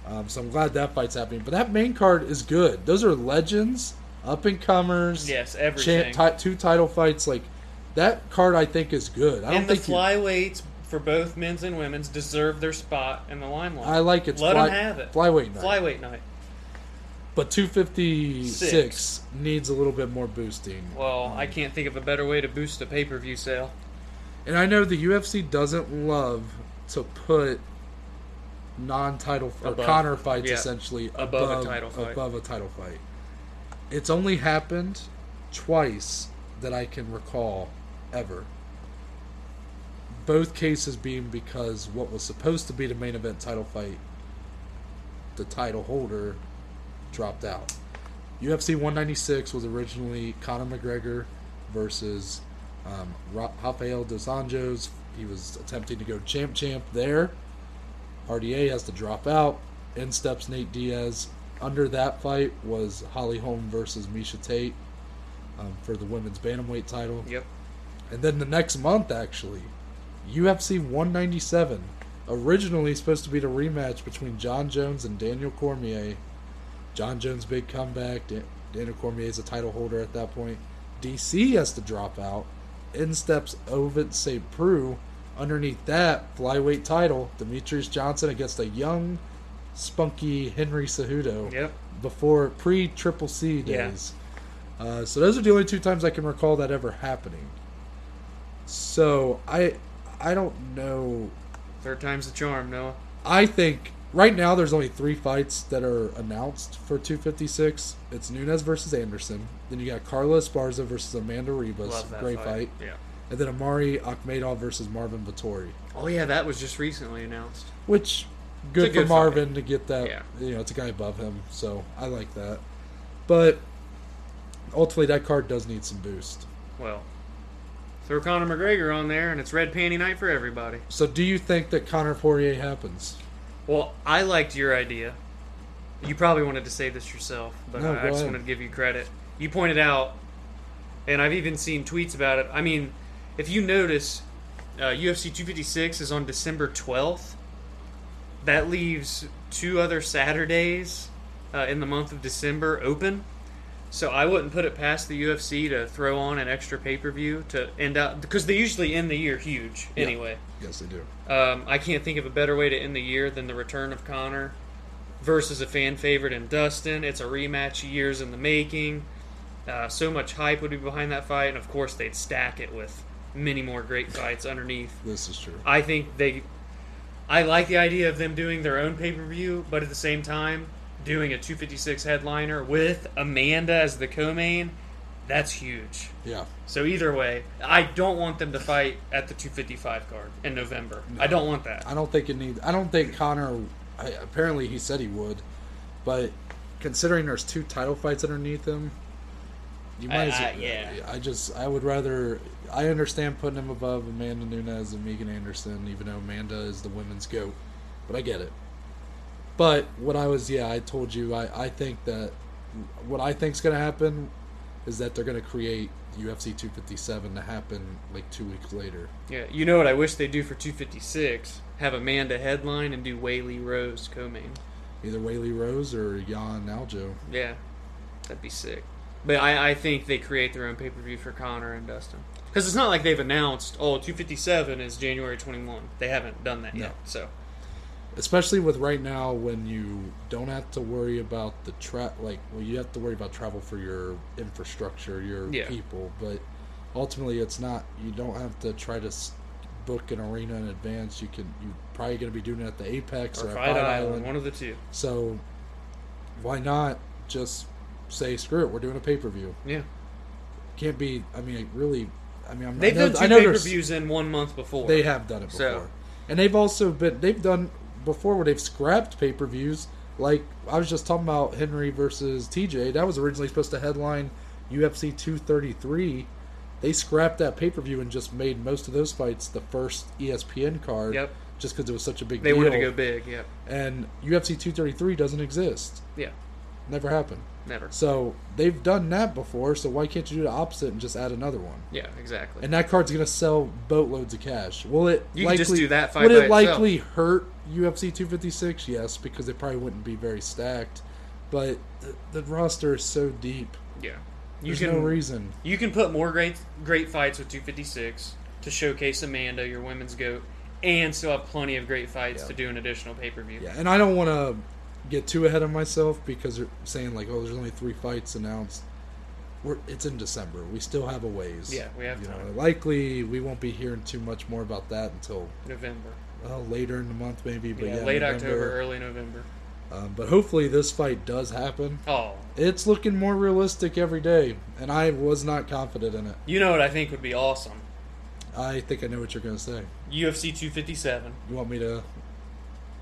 Um, so I'm glad that fight's happening. But that main card is good. Those are legends, up and comers.
Yes,
Chan-
everything.
ti- two title fights. Like that card, I think is good. I don't
and the
think you-
flyweights for both men's and women's deserve their spot in the limelight.
I like it.
Let 'em have it.
Flyweight night.
Flyweight night.
But 256
Six.
needs a little bit more boosting.
Well, I can't think of a better way to boost a pay per view sale.
And I know the UFC doesn't love to put non-title or
Above.
Connor fights
Yeah.
essentially
Above a title fight.
above a title fight. It's only happened twice that I can recall ever. Both cases being because what was supposed to be the main event title fight, the title holder dropped out. UFC 196 was originally Conor McGregor versus um, Ra- Rafael dos Anjos. He was attempting to go champ champ there. RDA has to drop out. In steps Nate Diaz. Under that fight was Holly Holm versus Misha Tate um, for the women's bantamweight title.
Yep.
And then the next month, actually, UFC 197, originally supposed to be the rematch between John Jones and Daniel Cormier. John Jones' big comeback. Dan- Daniel Cormier is a title holder at that point. DC has to drop out. In steps Ovid St. Preux. Underneath that, flyweight title, Demetrius Johnson against a young, spunky Henry Cejudo
Yep.
before pre Triple C
Yeah.
days. Uh, so those are the only two times I can recall that ever happening. So I I don't know.
Third time's the charm, Noah.
I think right now there's only three fights that are announced for 256. It's Nunes versus Anderson. Then you got Carla Esparza versus Amanda Ribas.
Love that
Great
fight.
fight.
Yeah.
And then Amari Akhmedov versus Marvin Vittori.
Oh yeah, that was just recently announced.
Which good,
a
for
good
Marvin to get that.
Yeah.
You know, it's a guy above him, so I like that. But ultimately, that card does need some boost.
Well, throw Conor McGregor on there, and it's red panty night for everybody.
So, do you think that Conor Poirier happens?
Well, I liked your idea. You probably wanted to say this yourself, but
No,
I,
go
I just
ahead.
wanted to give you credit. You pointed out, and I've even seen tweets about it. I mean, if you notice, uh, UFC 256 is on December 12th. That leaves two other Saturdays uh, in the month of December open. So I wouldn't put it past the UFC to throw on an extra pay per view to end out because they usually end the year huge
Yeah.
anyway.
Yes, they do.
Um, I can't think of a better way to end the year than the return of Connor versus a fan favorite in Dustin. It's a rematch years in the making. Uh, so much hype would be behind that fight, and of course they'd stack it with many more great fights underneath.
This is true.
I think they. I like the idea of them doing their own pay per view, but at the same time, doing a 256 headliner with Amanda as the co main, that's huge.
Yeah.
So either way, I don't want them to fight at the 255 card in November. I don't want that.
I don't think it need. I don't think Connor. I, apparently, he said he would, but considering there's two title fights underneath him, you might.
I-
as
I-
well,
yeah.
I just. I would rather. I understand putting him above Amanda Nunes and Megan Anderson, even though Amanda is the women's goat, but I get it. But what I was, yeah, I told you, I, I think that what I think's going to happen is that they're going to create UFC 257 to happen like two weeks later.
Yeah, you know what I wish they do for 256? Have Amanda headline and do Whaley Rose co-main.
Either Whaley Rose or Jan Aljo.
Yeah, that'd be sick. But I, I think they create their own pay-per-view for Connor and Dustin. Because it's not like they've announced, oh, 257 is January 21. They haven't done that
No.
yet. So,
especially with right now when you don't have to worry about the tra like well you have to worry about travel for your infrastructure your
Yeah.
people but ultimately it's not you don't have to try to s- book an arena in advance you can you probably going to be doing it at the apex
or
or, at
Fight Island, one of the two.
so why not just say screw it we're doing a pay-per-view
Yeah.
can't be i mean it really i mean I'm,
They've
I know,
done
I
two
know there's-
pay-per-views in one month before.
they have done it before,
So-
and they've also been they've done before where they've scrapped pay per views. Like I was just talking about Henry versus TJ. That was originally supposed to headline UFC 233. They scrapped that pay per view and just made most of those fights the first E ESPN card.
Yep.
Just because it was such a big
They
deal.
wanted to go big. Yeah.
And UFC 233 doesn't exist.
Yeah.
Never happened.
Never.
So they've done that before. So why can't you do the opposite and just add another one?
Yeah, exactly.
and that card's gonna sell boatloads of cash. Will it?
You can
likely,
just do that fight
Would
by
it
itself.
likely hurt UFC 256? Yes, because it probably wouldn't be very stacked. But the, the roster is so deep.
yeah. You
There's
can
no reason.
You can put more great great fights with 256 to showcase Amanda, your women's goat, and still have plenty of great fights
Yeah.
to do an additional pay per view.
Yeah, and I don't want to get too ahead of myself because they're saying like, oh, there's only three fights announced. We're, it's in December. We still have a ways.
Yeah, we have
You know,
time.
likely we won't be hearing too much more about that until
November,
uh, later in the month, maybe. But
yeah,
yeah,
late October,
November.
early November.
Um, but hopefully this fight does happen.
Oh,
It's looking more realistic every day, and I was not confident in it.
you know what I think would be awesome?
I think I know what you're going to say.
UFC 257.
You want me to?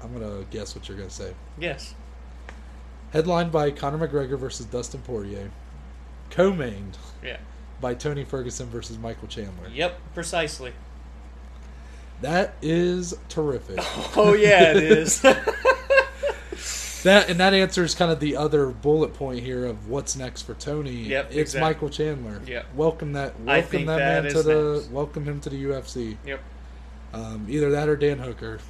I'm going to guess what you're going to say.
Yes,
Headlined by Conor McGregor versus Dustin Poirier, co-mained
yeah,
by Tony Ferguson versus Michael Chandler.
yep, precisely.
That is terrific.
Oh yeah, it is.
that and that answers kind of the other bullet point here of what's next for Tony.
Yep,
it's
exact-
Michael Chandler.
Yep.
welcome that. Welcome
I think
that,
that
man
is
to the.
next.
Welcome him to the UFC.
yep.
Um, either that or Dan Hooker.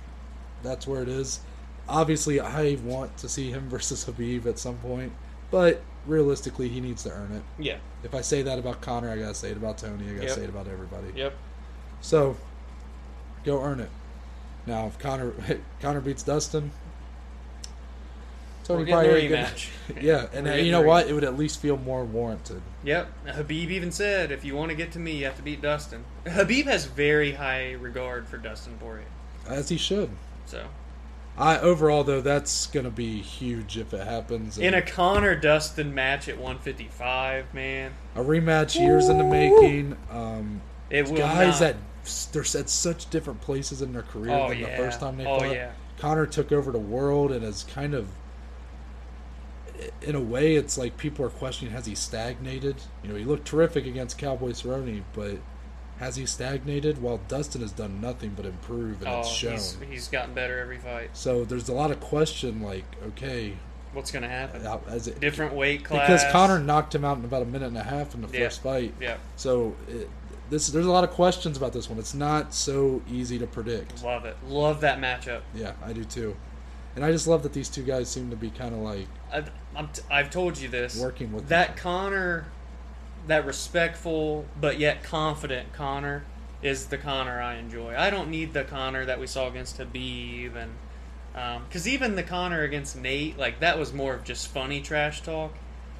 That's where it is. Obviously, I want to see him versus Habib at some point, but realistically, he needs to earn it.
Yeah.
If I say that about Connor, I gotta say it about Tony. I gotta
Yep.
say it about everybody.
Yep.
So, go earn it. Now, if Connor Connor beats Dustin,
We're
Tony
getting a
Poirier.
rematch.
yeah, and
We're
uh,
getting
you
a
know
rematch.
what? It would at least feel more warranted.
Yep. Habib even said, if you want to get to me, you have to beat Dustin. Habib has very high regard for Dustin Poirier.
As he should.
So,
I overall though, that's gonna be huge if it happens.
in
And-
a Connor Dustin match at 155, man,
a rematch years in the making. Um,
it will not-
guys that they're at such different places in their career
Oh,
than
yeah.
the first time they
Oh,
fought.
yeah.
Connor took over the world and is kind of, in a way, it's like people are questioning has he stagnated? You know, he looked terrific against Cowboy Cerrone, but Has he stagnated? Well, Dustin has done nothing but improve, and
oh,
it's shown.
he's, he's gotten better every fight.
So there's a lot of question, like, okay,
What's going to happen?
how- as it,
Different weight class.
because Connor knocked him out in about a minute and a half in the
Yeah.
first fight.
Yeah,
So it, this there's a lot of questions about this one. It's not so easy to predict.
love it. Love that matchup.
Yeah, I do too. And I just love that these two guys seem to be kind of like
I've, I'm t- I've told you this.
working with
that Connor, that respectful but yet confident Connor, is the Connor I enjoy. I don't need the Connor that we saw against Habib and because even the Connor against Nate, like that was more of just funny trash talk.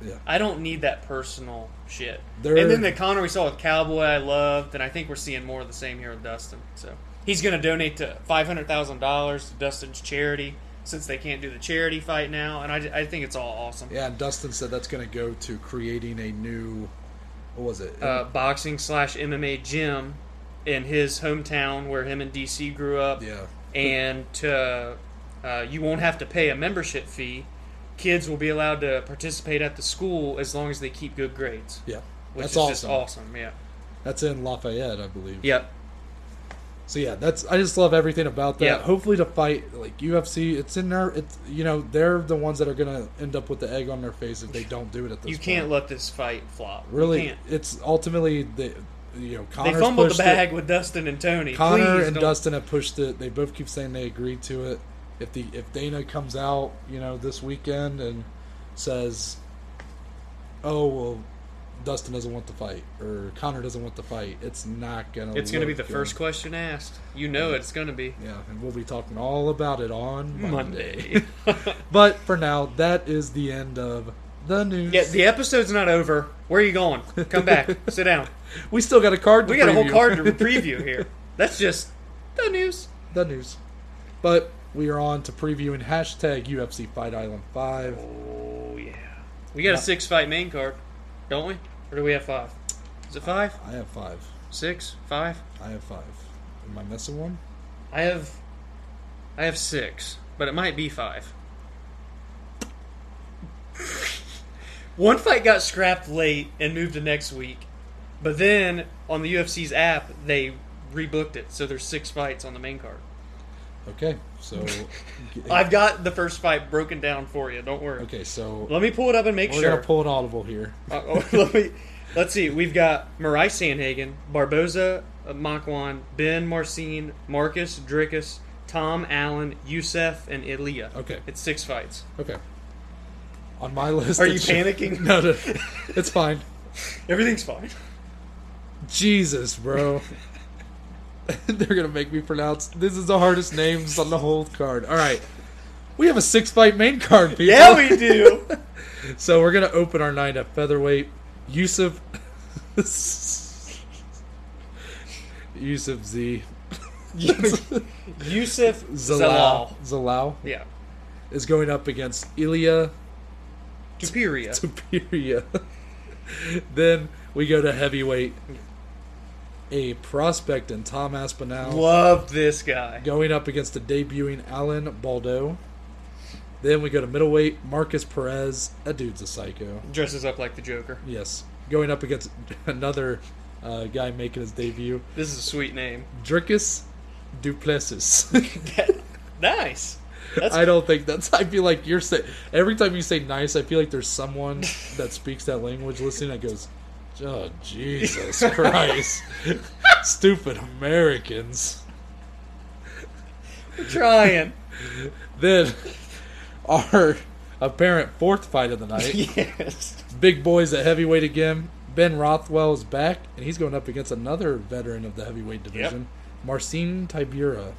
Yeah.
I don't need that personal shit.
There-
and then the Connor we saw with Cowboy, I loved, and I think we're seeing more of the same here with Dustin. So he's going to donate to five hundred thousand dollars to Dustin's charity since they can't do the charity fight now, and I, I think it's all awesome.
Yeah, and Dustin said that's going to go to creating a new what was it?
uh, boxing slash MMA gym in his hometown where him and DC grew up,
yeah.
and to, uh, you won't have to pay a membership fee. Kids will be allowed to participate at the school as long as they keep good grades,
Yeah.
which
that's
is
awesome.
just awesome. Yeah.
That's in Lafayette, I believe.
Yep.
So yeah, that's I just love everything about that.
Yeah.
Hopefully to fight like UFC, it's in there. It's you know they're the ones that are going to end up with the egg on their face if they don't do it at this.
You
point.
can't let this fight flop. You
really.
can't.
It's ultimately the you know Connor's
They fumbled the
pushed
bag
It.
with Dustin and Tony.
Connor
Please
and
don't-
Dustin have pushed it. They both keep saying they agreed to it. If the if Dana comes out, you know, this weekend and says, "Oh well, Dustin doesn't want the fight or Connor doesn't want the fight," it's not gonna.
It's going to be the
look good.
first question asked. You know it's going to be
Yeah, and we'll be talking all about it on Monday.
Monday.
but for now, that is the end of the news.
yeah, the episode's not over. Where are you going? Come back. Sit down.
we still got a card. To
We got a whole
preview.
card to preview here. That's just the news.
the news, but we are on to previewing hashtag UFC Fight Island Five.
Oh yeah. We got a
Yeah.
six fight main card, don't we? Or do we have five? Is it five?
I have five.
Six? Five?
I have five. Am I missing one?
I have I have six, but it might be five. One fight got scrapped late and moved to next week. But then on the UFC's app they rebooked it, so there's six fights on the main card.
Okay, so
I've got the first fight broken down for you, don't worry.
okay, so
Let me pull it up and make
we're
sure.
gonna pull an audible here.
Uh, oh, let me, let's see. We've got Marai Sanhagen, Barboza, uh, Makwan, Ben Marcin, Marcus Drickus, Tom Allen, Youssef, and Ilya.
Okay.
It's six fights.
Okay, on my list.
Are you
it's-
panicking?
No, no, it's fine.
Everything's fine.
Jesus, bro. They're gonna make me pronounce. This is the hardest names on the whole card. All right, we have a six-fight main card, people.
Yeah, we do.
So we're gonna open our night at featherweight. Yusuf. Yusuf Z.
Youssef Zalal.
Zalal. Zalal
Yeah.
is going up against Ilya
Tupiria.
Tupiria. then we go to heavyweight. A prospect in Tom Aspinall.
Love this guy.
going up against the debuting Alan Baldo. Then we go to middleweight Marcus Perez. That dude's a psycho.
Dresses up like the Joker.
Yes, going up against another uh, guy making his debut,
This is a sweet name.
Drickus Duplessis.
nice. That's
I don't think that's. I feel like you're say every time you say nice, I feel like there's someone that speaks that language listening that goes, "Oh Jesus Christ, stupid Americans."
trying.
Then our apparent fourth fight of the night.
yes.
Big boys at heavyweight again. Ben Rothwell is back, and he's going up against another veteran of the heavyweight division, Marcin Tibura.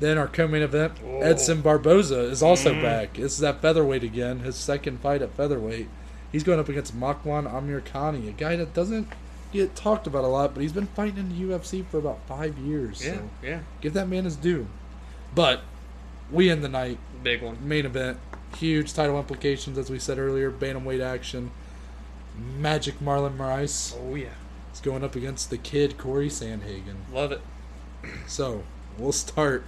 Then our co-main event,
Whoa. Mm-hmm.
Edson Barboza is also back. This is at featherweight again, his second fight at featherweight. He's going up against Makwan Amirkani, a guy that doesn't get talked about a lot, but he's been fighting in the UFC for about five years.
Yeah.
So
Yeah.
give that man his due. But we end the night
Big one.
main event. Huge title implications, as we said earlier. Bantamweight action. Magic Marlon Moraes
Oh yeah.
is going up against the kid Corey Sandhagen.
Love it.
So we'll start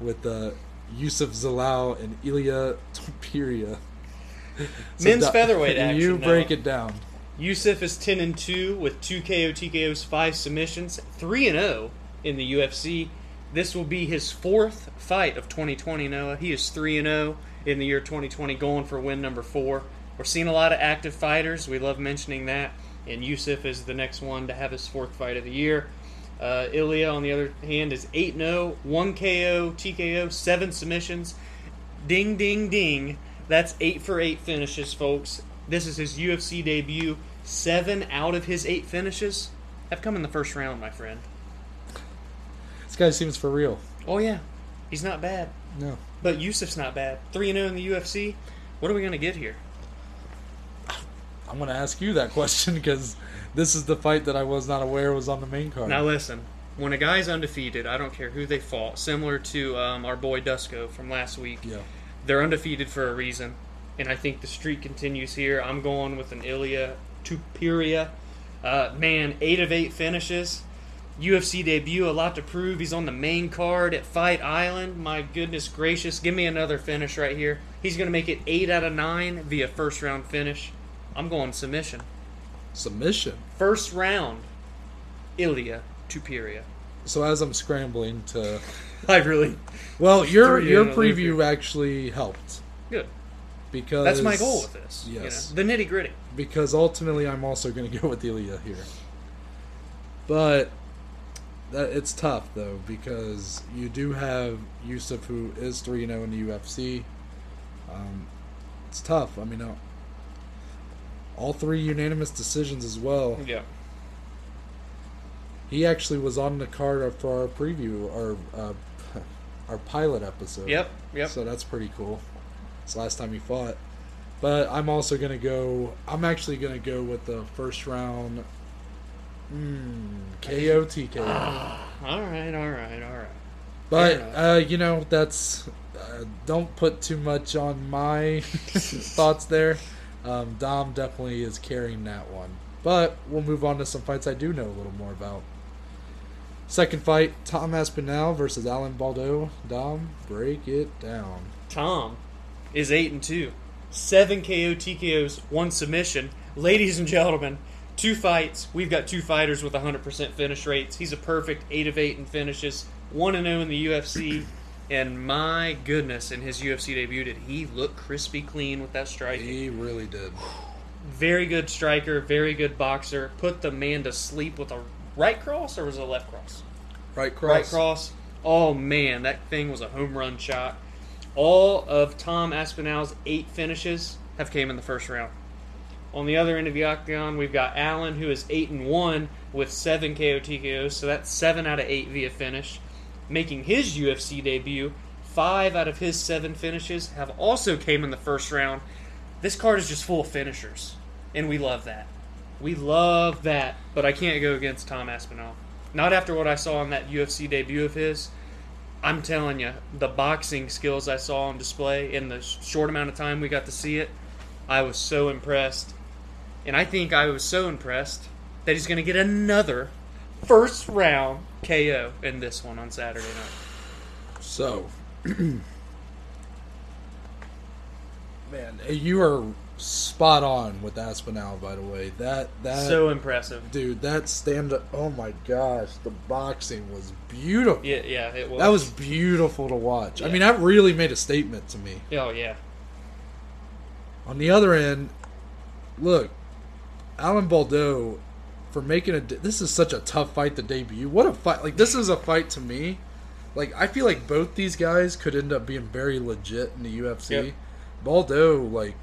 with uh, Yusuf Zalal and Ilya Topuria.
Men's featherweight
You
action,
break
though.
it down.
Yusuf is 10 and 2 with 2 KO TKOs, 5 submissions, 3 and 0 in the UFC. This will be his fourth fight of 2020, Noah. He is 3 and 0 in the year 2020 going for win number 4. We're seeing a lot of active fighters. We love mentioning that. And Yusuf is the next one to have his fourth fight of the year. Uh, Ilya, on the other hand, is oh, 8 0, 1 KO, TKO, 7 submissions. Ding, ding, ding. That's 8 for 8 finishes, folks. This is his UFC debut. Seven out of his eight finishes have come in the first round, my friend.
This guy seems for real.
Oh, yeah. He's not bad.
No.
But Yusuf's not bad. 3 0 in the UFC. What are we going to get here?
I'm going to ask you that question because this is the fight that I was not aware was on the main card.
Now listen, when a guy's undefeated, I don't care who they fought. Similar to um, our boy Dusko from last week,
yeah.
they're undefeated for a reason, and I think the streak continues here. I'm going with an Ilya Tupuria. Uh, man, eight of eight finishes. UFC debut, a lot to prove. He's on the main card at Fight Island. My goodness gracious, give me another finish right here. He's going to make it eight out of nine via first round finish. I'm going submission.
Submission.
First round, Ilya Tupuria.
So as I'm scrambling to,
I really
well, your
Threw you
your
in a loop
preview actually helped
good.
because
That's my goal with this. you know,
yes.
the nitty gritty.
because ultimately I'm also going to go with Ilya here. But that it's tough though because you do have Yusuf who is three zero in the UFC. Um, it's tough. I mean, uh, all three unanimous decisions as well.
Yeah.
He actually was on the card for our preview, our uh, our pilot episode.
Yep. Yep.
So that's pretty cool. It's the last time he fought. But I'm also going to go. I'm actually going to go with the first round mm, KO TKO.
Ah. all right. All right. All right.
but,
fair enough.
uh, you know, that's. Uh, don't put too much on my thoughts there. Um, Dom definitely is carrying that one. But we'll move on to some fights I do know a little more about. Second fight Tom Aspinall versus Alan Baldo. Dom, break it down.
Tom is eight and two, seven KO TKOs, one submission. Ladies and gentlemen, two fights. We've got two fighters with 100% finish rates. He's a perfect eight of eight in finishes, one and zero in the UFC. And my goodness, in his UFC debut, did he look crispy clean with that striking?
He really did.
very good striker, very good boxer. Put the man to sleep with a right cross or was it a left cross?
Right cross.
Right cross. Oh man, that thing was a home run shot. All of Tom Aspinall's eight finishes have came in the first round. On the other end of the octagon, we've got Allen, who is eight and one with seven KO TKOs, so that's seven out of eight via finish. Making his UFC debut, five out of his seven finishes have also came in the first round. This card is just full of finishers, and we love that. We love that, but I can't go against Tom Aspinall. Not after what I saw in that UFC debut of his. I'm telling you, the boxing skills I saw on display in the sh- short amount of time we got to see it, I was so impressed. And I think I was so impressed that he's going to get another first round KO in this one on Saturday night.
So, man, you are spot on with Aspinall. By the way, that that
So impressive.
dude, that stand up. Oh my gosh, the boxing was beautiful.
Yeah, yeah, it was.
That was beautiful to watch. I
Yeah.
mean, that really made a statement to me.
Oh, yeah.
On the other end, look, Alan Baldo for making a. de- This is such a tough fight to debut. What a fight! Like this is a fight to me. Like I feel like both these guys could end up being very legit in the UFC.
Yep.
Baldo, like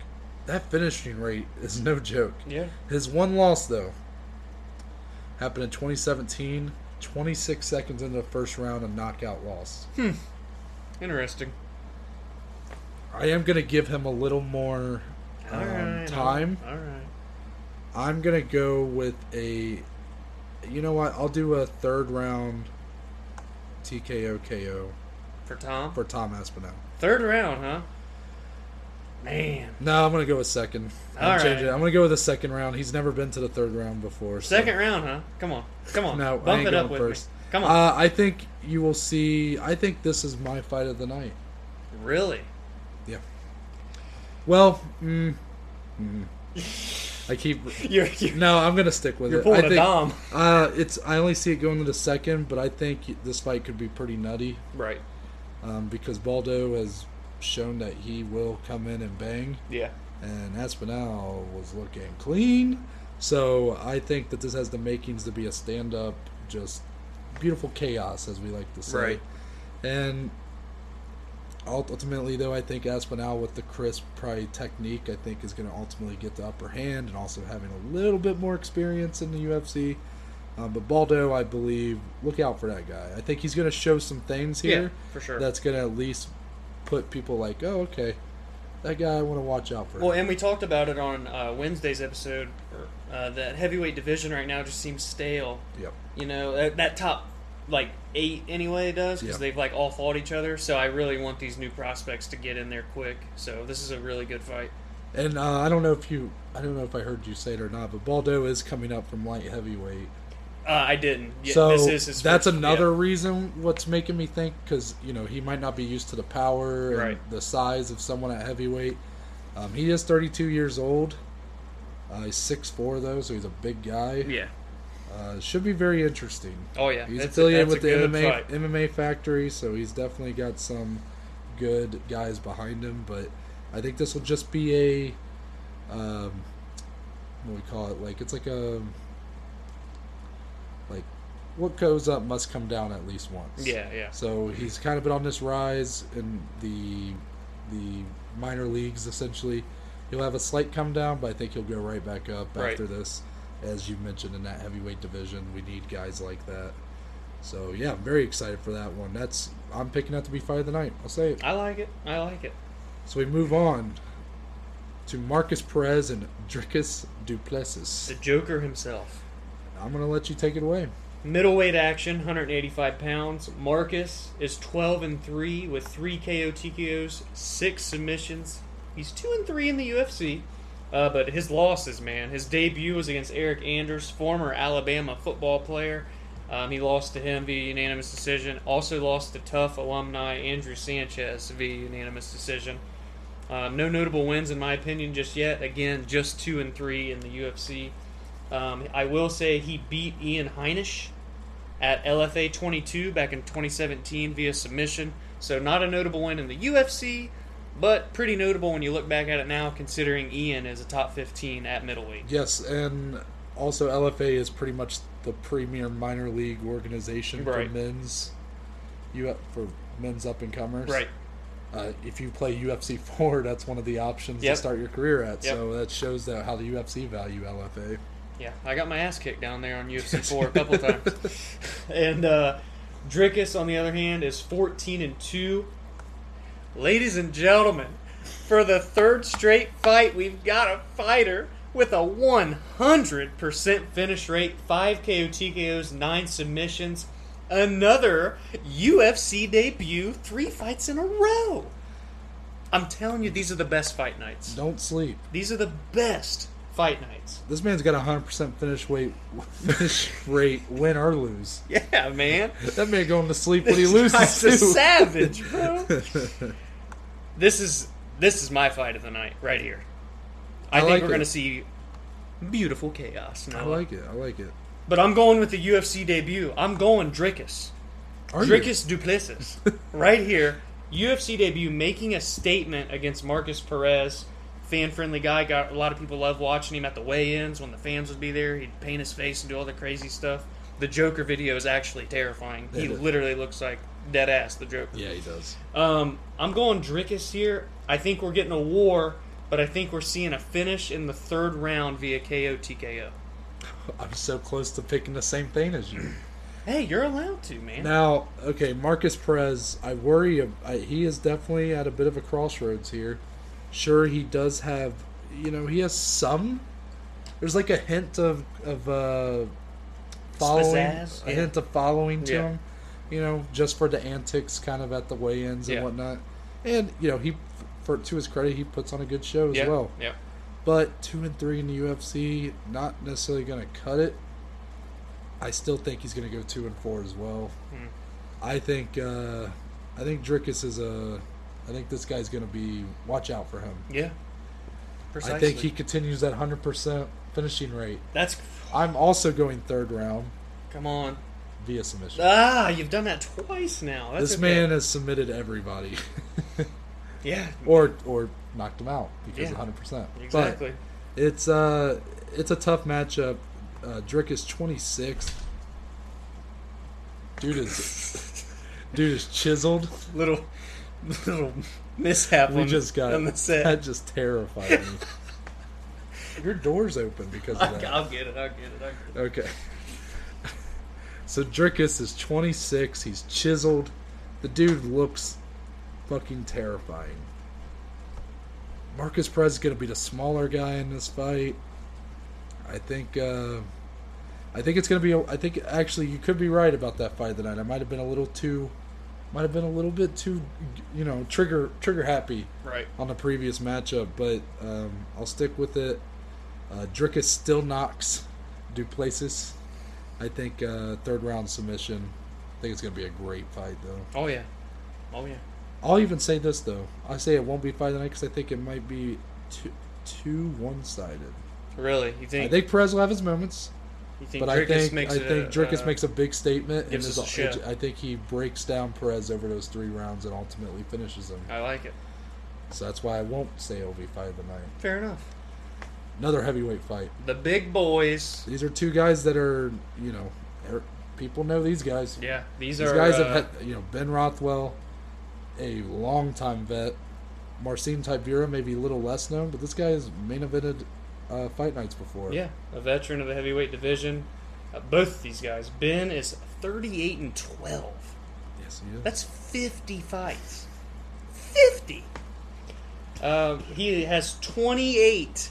that finishing rate is no joke.
Yeah.
His one loss though happened in 2017, 26 seconds into the first round, a knockout loss.
Hmm. Interesting.
I am gonna give him a little more
All
um,
right, all-
time.
All right.
I'm gonna go with a. You know what? I'll do a third round TKO KO
For Tom?
for Tom Aspinall.
Third round, huh? Man.
No, I'm gonna go with second. I'm
All
changing
right.
it. I'm gonna go with the second round. He's never been to the third round before. so-
Second round, huh? Come on, come on.
No,
bump
I ain't
it
going
up with
first.
me. Come on,
Uh, I think you will see. I think this is my fight of the night.
really?
Well, mm, mm. I keep.
You're, you're,
No, I'm gonna stick with
you're
it. I
pulling
think,
a dom.
Uh, it's. I only see it going into second, but I think this fight could be pretty nutty
Right.
um, because Baldo has shown that he will come in and bang,
Yeah.
and Aspinall was looking clean. So I think that this has the makings to be a stand-up, just beautiful chaos, as we like to say.
Right.
And ult- ultimately, though, I think Aspinall with the crisp, probably technique, I think is going to ultimately get the upper hand, and also having a little bit more experience in the UFC. Um, but Baldo, I believe, look out for that guy. I think he's going to show some things here
Yeah, for sure.
that's going to at least put people like, oh, okay, that guy I want to watch out for.
Well, and we talked about it on uh, Wednesday's episode. Or, uh, that heavyweight division right now just seems stale.
yep.
You know that, that top like eight anyway does because
Yeah.
they've like all fought each other. So I really want these new prospects to get in there quick. So this is a really good fight.
And uh, I don't know if you, I don't know if I heard you say it or not, but Baldo is coming up from light heavyweight.
Uh, I didn't. Yeah,
so
this is his
that's
first-
another reason what's making me think because you know he might not be used to the power and
Right.
the size of someone at heavyweight. Um, he is 32 years old. Uh, he's 6'4", though, so he's a big guy.
Yeah. yeah.
Uh, should be very interesting.
Oh yeah.
He's
That's a-
affiliated
that's a
with the
good fight.
MMA MMA factory, so he's definitely got some good guys behind him. But I think this will just be a um, what do we call it? Like it's like a like what goes up must come down at least once.
Yeah. Yeah.
So he's kind of been on this rise in the the minor leagues essentially. He'll have a slight come down, but I think he'll go right back up
Right.
after this. As you mentioned in that heavyweight division, we need guys like that. So yeah, I'm very excited for that one. That's I'm picking that to be fight of the night. I'll say it.
I like it. I like it.
So we move on to Marcus Perez and Dricus
The
Duplessis.
Joker himself.
I'm gonna let you take it away.
Middleweight action, 185 pounds. Marcus is 12 and three with three KO TKOs, six submissions. He's two and three in the UFC, uh, but his losses, man. His debut was against Eric Anders, former Alabama football player. Um, he lost to him via unanimous decision. Also lost to tough alumni Andrew Sanchez via unanimous decision. Um, no notable wins, in my opinion, just yet. Again, just two and three in the UFC. Um, I will say he beat Ian Heinisch at LFA 22 back in 2017 via submission. So not a notable win in the UFC, but pretty notable when you look back at it now, considering Ian is a top 15 at middleweight.
Yes, and also LFA is pretty much the premier minor league organization
Right.
for men's you for men's up and comers.
Right.
Uh, if you play UFC four, that's one of the options
Yep.
to start your career at.
Yep.
So that shows that how the UFC value LFA.
Yeah, I got my ass kicked down there on UFC 4 a couple times. And uh, Drickus, on the other hand, is 14 and 2. Ladies and gentlemen, for the third straight fight, we've got a fighter with a 100% finish rate, 5 KO TKOs, 9 submissions. Another UFC debut, three fights in a row. I'm telling you, these are the best fight nights.
Don't sleep.
These are the best fight nights.
This man's got a hundred percent finish weight finish rate, win or lose.
Yeah, man.
That man going to sleep when he loses
He's a
too.
savage, bro. this is this is my fight of the night right here. I,
I
think
like
we're
it.
gonna see beautiful chaos.
I
Now.
like it. I like it.
but I'm going with the UFC debut. I'm going Drickus.
Are you?
Drickus Duplessis, right here, UFC debut, making a statement against Marcus Perez. Fan friendly guy. Got a lot of people love watching him at the weigh-ins when the fans would be there. He'd paint his face and do all the crazy stuff. The Joker video is actually terrifying. He
It is.
literally looks like dead ass the Joker.
Yeah, he does.
Um, I'm going Drickus here. I think we're getting a war, but I think we're seeing a finish in the third round via KO TKO.
I'm so close to picking the same thing as you.
Hey, you're allowed to, man.
Now, okay, Marcus Perez, I worry. of- I, he is definitely at a bit of a crossroads here. Sure, he does have, you know, he has some. There's like a hint of of uh, following,
Spazazz,
a
yeah.
hint of following to
Yeah.
him, you know, just for the antics, kind of at the weigh-ins and
Yeah.
whatnot. And you know, he, for to his credit, he puts on a good show as
yeah,
well.
yeah.
But two and three in the UFC, not necessarily going to cut it. I still think he's going to go two and four as well.
Hmm.
I think uh, I think Drickus is a. I think this guy's going to be. Watch out for him.
Yeah.
I
Precisely.
think he continues that 100% finishing rate.
That's
I'm also going third round
come on.
via submission.
Ah, you've done that twice now. That's
this
okay.
man has submitted everybody,
Yeah,
or or knocked him out because
Yeah.
100. percent
exactly.
But it's uh it's a tough matchup. Uh, Drick is 26th. Dude is dude is chiseled.
little little mishap.
We
on,
just got
on the set.
that just terrified me. Your door's open because
I'll
of
get it.
that.
I'll get it. I'll get it.
Okay. So Drickus is 26. He's chiseled. The dude looks fucking terrifying. Marcus Perez is going to be the smaller guy in this fight. I think. Uh, I think it's going to be. a- I think actually you could be right about that fight tonight. I might have been a little too. Might have been a little bit too, you know, trigger trigger happy
Right.
on the previous matchup, but um, I'll stick with it. Uh, Drickus still knocks Duplessis. I think uh, third round submission. I think it's going to be a great fight, though.
Oh yeah. Oh yeah.
I'll even say this, though. I say it won't be fight of the night because I think it might be too, too one sided.
Really? You
I
think?
think Perez will have his moments,
you think
but
Drickus
I think
makes
I
it
think
a,
Drickus
uh,
makes a big statement.
gives
and
us
is
a shit.
I think he breaks down Perez over those three rounds and ultimately finishes him.
I like it.
So that's why I won't say it'll be fight of the night.
Fair enough.
Another heavyweight fight.
The big boys.
These are two guys that are, you know, er- people know these guys.
Yeah, these,
these
are.
guys
uh,
have had, you know, Ben Rothwell, a longtime vet. Marcin Tibera may be a little less known, but this guy has main evented uh, fight nights before.
Yeah, a veteran of the heavyweight division. Uh, both these guys. Ben is 38 and 12.
Yes, he is.
That's 50 fights. 50. Um, he has 28.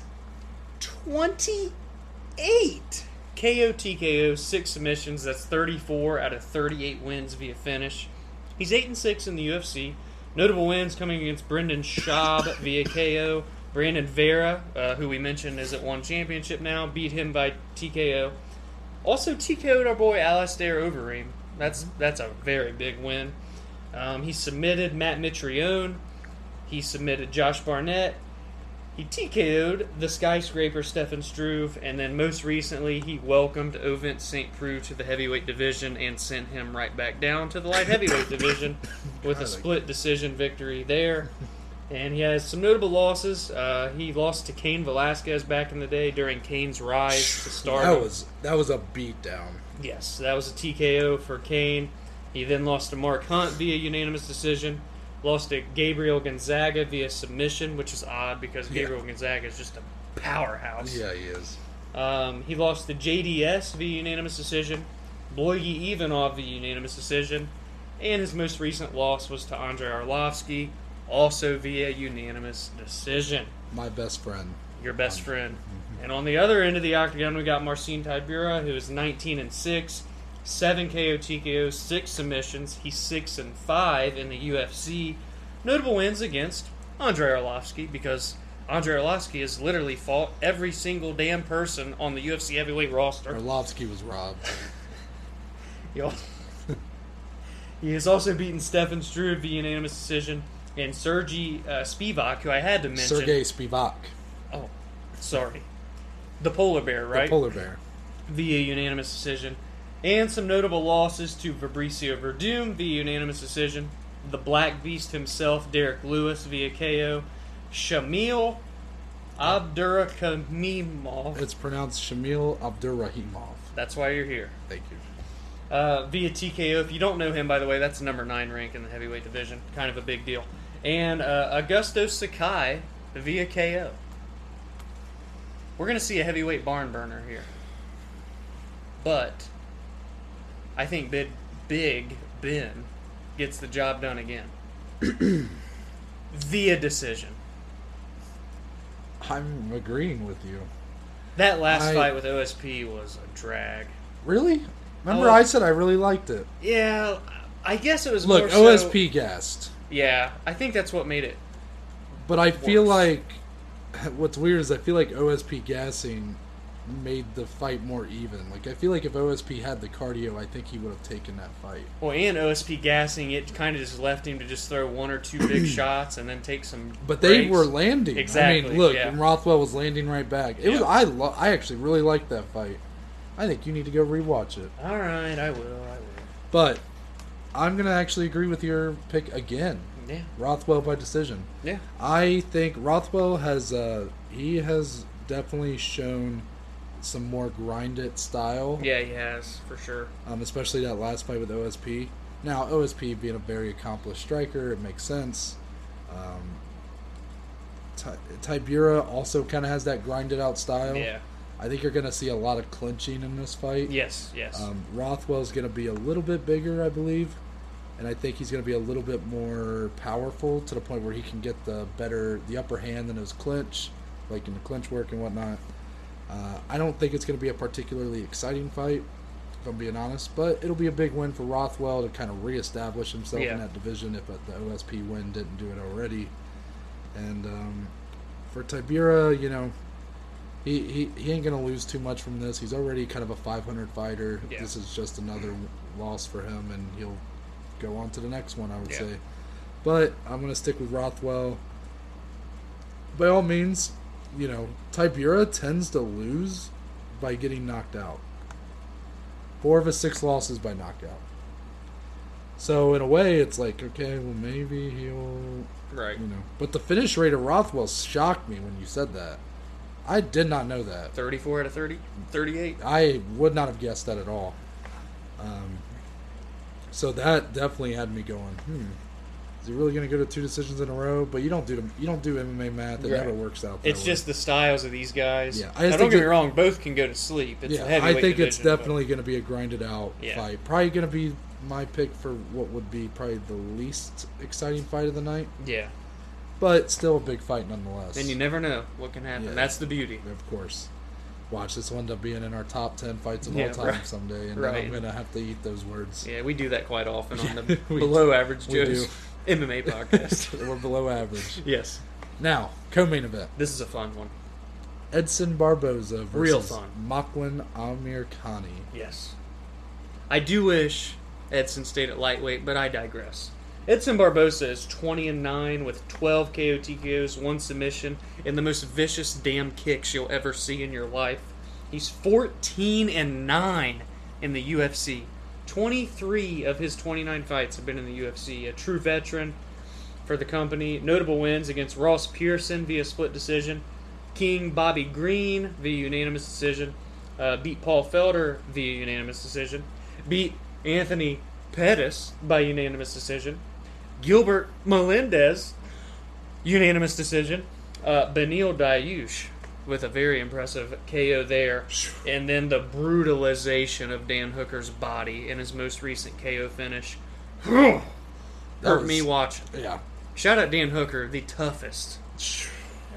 28 KO TKO, six submissions. That's 34 out of 38 wins via finish. He's 8 and 6 in the UFC. Notable wins coming against Brendan Schaub via KO. Brandon Vera, uh, who we mentioned is at one championship now, beat him by TKO. Also TKO'd our boy Alistair Overeem. That's
Mm-hmm.
that's a very big win. Um, he submitted Matt Mitrione. He submitted Josh Barnett. He TKO'd the skyscraper Stefan Struve, and then most recently he welcomed Ovent St. Preux to the heavyweight division and sent him right back down to the light heavyweight division with a
Golly.
split decision victory there. And he has some notable losses. Uh, he lost to Kane Velasquez back in the day during Kane's rise to stardom.
that was that was a beatdown.
Yes, that was a TKO for Kane. He then lost to Mark Hunt via unanimous decision. Lost to Gabriel Gonzaga via submission, which is odd because
Yeah.
Gabriel Gonzaga is just a powerhouse.
Yeah, he is.
Um, he lost to JDS via unanimous decision, Bloigi Ivanov via unanimous decision, and his most recent loss was to Andrei Arlovsky, also via unanimous decision
My best friend.
your best friend. And on the other end of the octagon, we got Marcin Tibera, who is 19 and 6, 7 KO TKOs, 6 submissions. He's 6 and 5 in the UFC. Notable wins against Andrei Arlovsky because Andrei Arlovsky has literally fought every single damn person on the UFC heavyweight roster.
Orlovsky was robbed.
He al- he has also beaten Stefan Struve via unanimous decision and Sergey uh, Spivak, who I had to mention.
Sergey Spivak,
Oh, sorry. The polar bear,
the
right?
polar bear.
via unanimous decision, and some notable losses to Fabricio Verdum via unanimous decision, the Black Beast himself, Derek Lewis via KO, Shamil Abdurakhimov.
It's pronounced Shamil Abdurrahimov.
That's why you're here.
Thank you.
Uh, via TKO. If you don't know him, by the way, that's number nine rank in the heavyweight division. Kind of a big deal. And uh, Augusto Sakai via KO. We're going to see a heavyweight barn burner here. But I think Big, big Ben gets the job done again. via decision.
I'm agreeing with you.
That last
I-
fight with OSP was a drag.
Really? Remember,
Oh.
I said I really liked it.
Yeah, I guess it was
Look,
more so-
OSP gassed,
Yeah, I think that's what made it
but I feel
Worse.
like what's weird is I feel like OSP gassing made the fight more even. Like I feel like if OSP had the cardio, I think he would have taken that fight.
Well, and OSP gassing it kind of just left him to just throw one or two big shots and then take some.
But they
breaks.
were landing. I
Exactly,
mean, look,
yeah.
and Rothwell was landing right back. It was
Yeah.
I lo- I actually really liked that fight. I think you need to go rewatch it.
All right, I will. I will.
But I'm going to actually agree with your pick again.
Yeah,
Rothwell by decision.
yeah.
I think Rothwell has uh he has definitely shown some more grind it style.
Yeah, he has, for sure.
Um, especially that last fight with OSP. Now OSP being a very accomplished striker, it makes sense. Um, Ti- Tibura also kind of has that grinded out style.
Yeah.
I think you're going to see a lot of clinching in this fight.
Yes, yes.
Um, Rothwell's going to be a little bit bigger, I believe, and I think he's going to be a little bit more powerful to the point where he can get the better, the upper hand in his clinch, like in the clinch work and whatnot. Uh, I don't think it's going to be a particularly exciting fight, if I'm being honest, but it'll be a big win for Rothwell to kind of reestablish himself
Yeah.
in that division if uh, the OSP win didn't do it already. And um, for Tibera, you know, he, he, he ain't going to lose too much from this. He's already kind of a 500 fighter.
Yeah.
This is just another loss for him, and he'll go on to the next one, I would
Yeah.
say. But I'm going to stick with Rothwell. By all means, you know, Tibera tends to lose by getting knocked out. Four of his six losses by knockout. So in a way, it's like okay, well maybe he'll
right.
you know. But the finish rate of Rothwell shocked me when you said that. I did not know that.
34 out of 30? 38?
I would not have guessed that at all. Um, so that definitely had me going. Hmm, is he really going to go to two decisions in a row? But you don't do you don't do MMA math. It
Right.
never works out. That
It's
way.
just the styles of these guys.
Yeah, I just
now, don't
think
get me
that-
wrong, both can go to sleep. It's a
yeah. I
heavyweight
think it's
division, but-
definitely going to be a grinded out
Yeah.
fight. Probably going to be my pick for what would be probably the least exciting fight of the night,
Yeah.
but still a big fight nonetheless.
And you never know what can happen.
Yeah.
That's the beauty.
of course. Watch this will end up being in our top ten fights of
Yeah,
all time
right.
someday, and then
Right.
I'm gonna have to eat those words.
Yeah, we do that quite often on the
Yeah, we-
Below Average
we
Joe's
do.
MMA podcast.
We're below average.
yes.
Now, co-main event:
This is a fun one.
Edson Barboza versus
Real fun.
Makwan Amirkhani.
Yes. I do wish Edson stayed at lightweight, but I digress. Edson Barbosa is 20 and 9 with 12 KO TKOs, one submission, and the most vicious damn kicks you'll ever see in your life. He's 14 and 9 in the UFC. 23 of his 29 fights have been in the UFC. A true veteran for the company. Notable wins against Ross Pearson via split decision, King Bobby Green via unanimous decision, uh, beat Paul Felder via unanimous decision, beat Anthony Pettis by unanimous decision, Gilbert Melendez unanimous decision, uh, Benil Dayush with a very impressive KO there, and then the brutalization of Dan Hooker's body in his most recent KO finish. Hurt
was-
me watching.
Yeah,
Shout out Dan Hooker, the toughest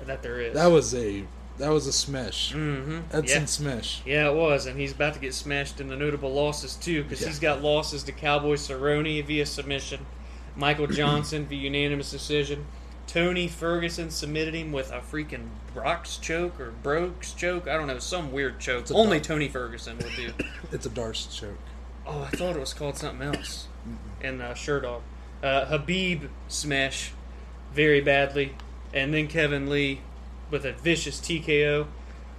that there is.
that was a that was a smash.
hmm
Edson
yeah.
smash.
Yeah, it was, and he's about to get smashed in the notable losses too, because
Yeah.
he's got losses to Cowboy Cerrone via submission, Michael Johnson via unanimous decision, Tony Ferguson submitted him with a freaking Brock's choke or Brokes choke, I don't know, some weird choke.
a
Only
dog.
Tony Ferguson would do.
It's a Darce choke.
Oh, I thought it was called something else. And uh, Sure Dog. Uh, Habib smash very badly. And then Kevin Lee with a vicious TKO.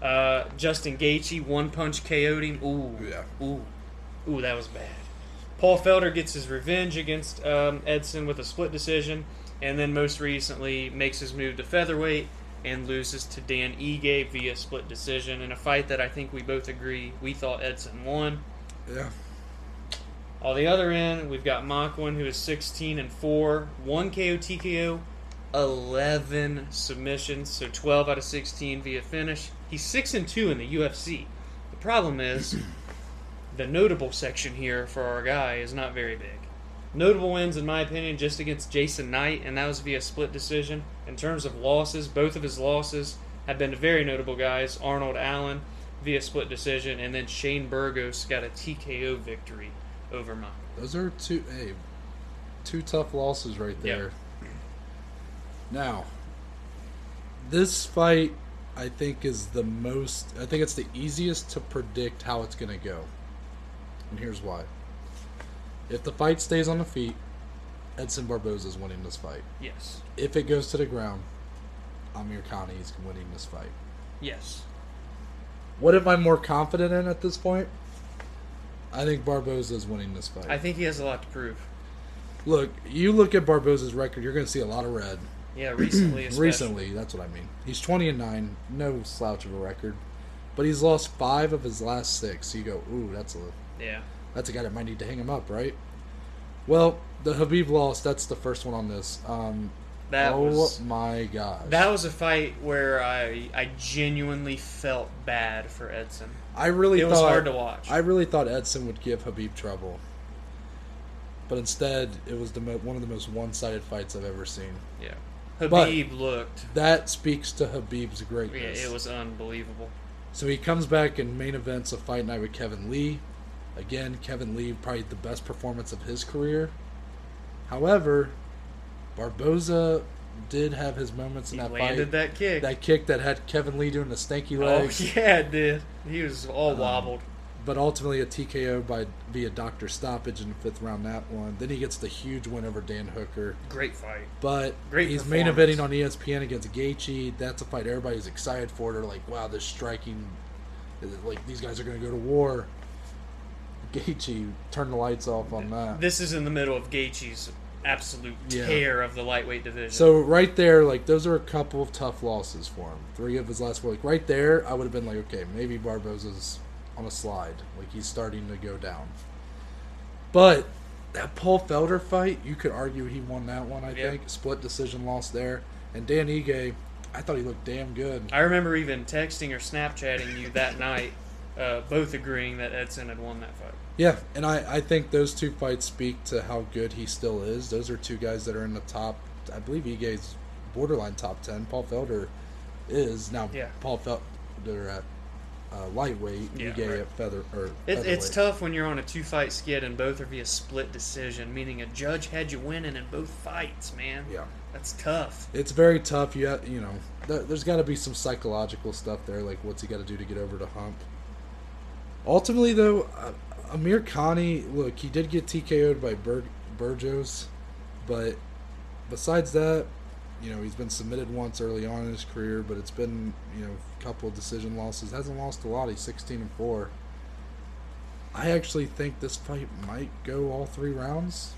Uh, Justin Gaethje one punch KO'd him. Ooh.
Yeah.
Ooh. Ooh, that was bad. Paul Felder gets his revenge against um, Edson with a split decision. And then most recently makes his move to featherweight and loses to Dan Ige via split decision in a fight that I think we both agree we thought Edson won.
Yeah,
On the other end, we've got Makwin, who is 16 and 4, 1 KO TKO, 11 submissions, so 12 out of 16 via finish. He's 6 and 2 in the UFC. The problem is, the notable section here for our guy is not very big. Notable wins, in my opinion, just against Jason Knight, and that was via split decision. In terms of losses, both of his losses have been to very notable guys Arnold Allen via split decision, and then Shane Burgos got a TKO victory over Mike.
those are two hey, two tough losses right
Yeah.
there. Now, this fight, I think is the most. I think it's the easiest to predict how it's going to go, and here's why. If the fight stays on the feet, Edson Barboza is winning this fight.
Yes.
If it goes to the ground, Amir Khani is winning this fight.
Yes.
What am I more confident in at this point? I think Barboza is winning this fight.
I think he has a lot to prove.
look, you look at Barboza's record, you're going to see a lot of red.
Yeah, recently. especially.
Recently, that's what I mean. He's 20 and 9, no slouch of a record, but he's lost 5 of his last 6. So you go, "Ooh, that's a
Yeah.
that's a guy that might need to hang him up, right?" Well, the Habib loss, that's the first one on this. Um
That
oh
was
my gosh.
that was a fight where I I genuinely felt bad for Edson.
I really
It
thought
was hard to watch.
I really thought Edson would give Habib trouble. But instead, it was the mo- one of the most one-sided fights I've ever seen.
yeah.
But-
Habib looked.
That speaks to Habib's
Yeah,
greatness.
it was unbelievable.
So he comes back and main events a fight night with Kevin Lee. Again, Kevin Lee probably the best performance of his career. However, Barboza did have his moments
He
in that
landed
fight.
that kick.
That kick that had Kevin Lee doing the stanky
oh
legs,
yeah, it did. He was all
Um,
wobbled.
but ultimately a TKO by via doctor stoppage in the fifth round. That one. Then he gets the huge win over Dan Hooker.
Great fight.
But
Great
he's main
performance.
eventing on E ESPN against Gaethje. That's a fight everybody's excited for. They're like, wow, this striking, like these guys are going to go to war. Gaethje turned the lights off on that.
This is in the middle of Gaethje's absolute
uh, Yeah.
tear of the lightweight division.
So right there, like those are a couple of tough losses for him. Three of his last, like right there, I would have been like, okay, maybe Barboza's on a slide, like he's starting to go down. But that Paul Felder fight, you could argue he won that one. I
Yeah.
think split decision loss there, and Dan Ige, I thought he looked damn good.
I remember even texting or Snapchatting you that night, uh, both agreeing that Edson had won that fight.
Yeah, and I, I think those two fights speak to how good he still is. Those are two guys that are in the top. I believe Ige's borderline top ten. Paul Felder is now.
Yeah.
Paul Felder at uh, lightweight.
Yeah,
Ige
right.
at feather or
It, it's
featherweight.
tough when you're on a two fight skid and both are via split decision, meaning a judge had you winning in both fights, man.
Yeah,
That's tough.
it's very tough. You ha you know, th- there's got to be some psychological stuff there. Like, what's he got to do to get over the hump? Ultimately, though, uh, Amir Khani, look, he did get TKO'd by Bur- Burgos, but besides that, you know, he's been submitted once early on in his career, but it's been, you know, a couple of decision losses. Hasn't lost a lot. He's 16 and 4. I actually think this fight might go all three rounds.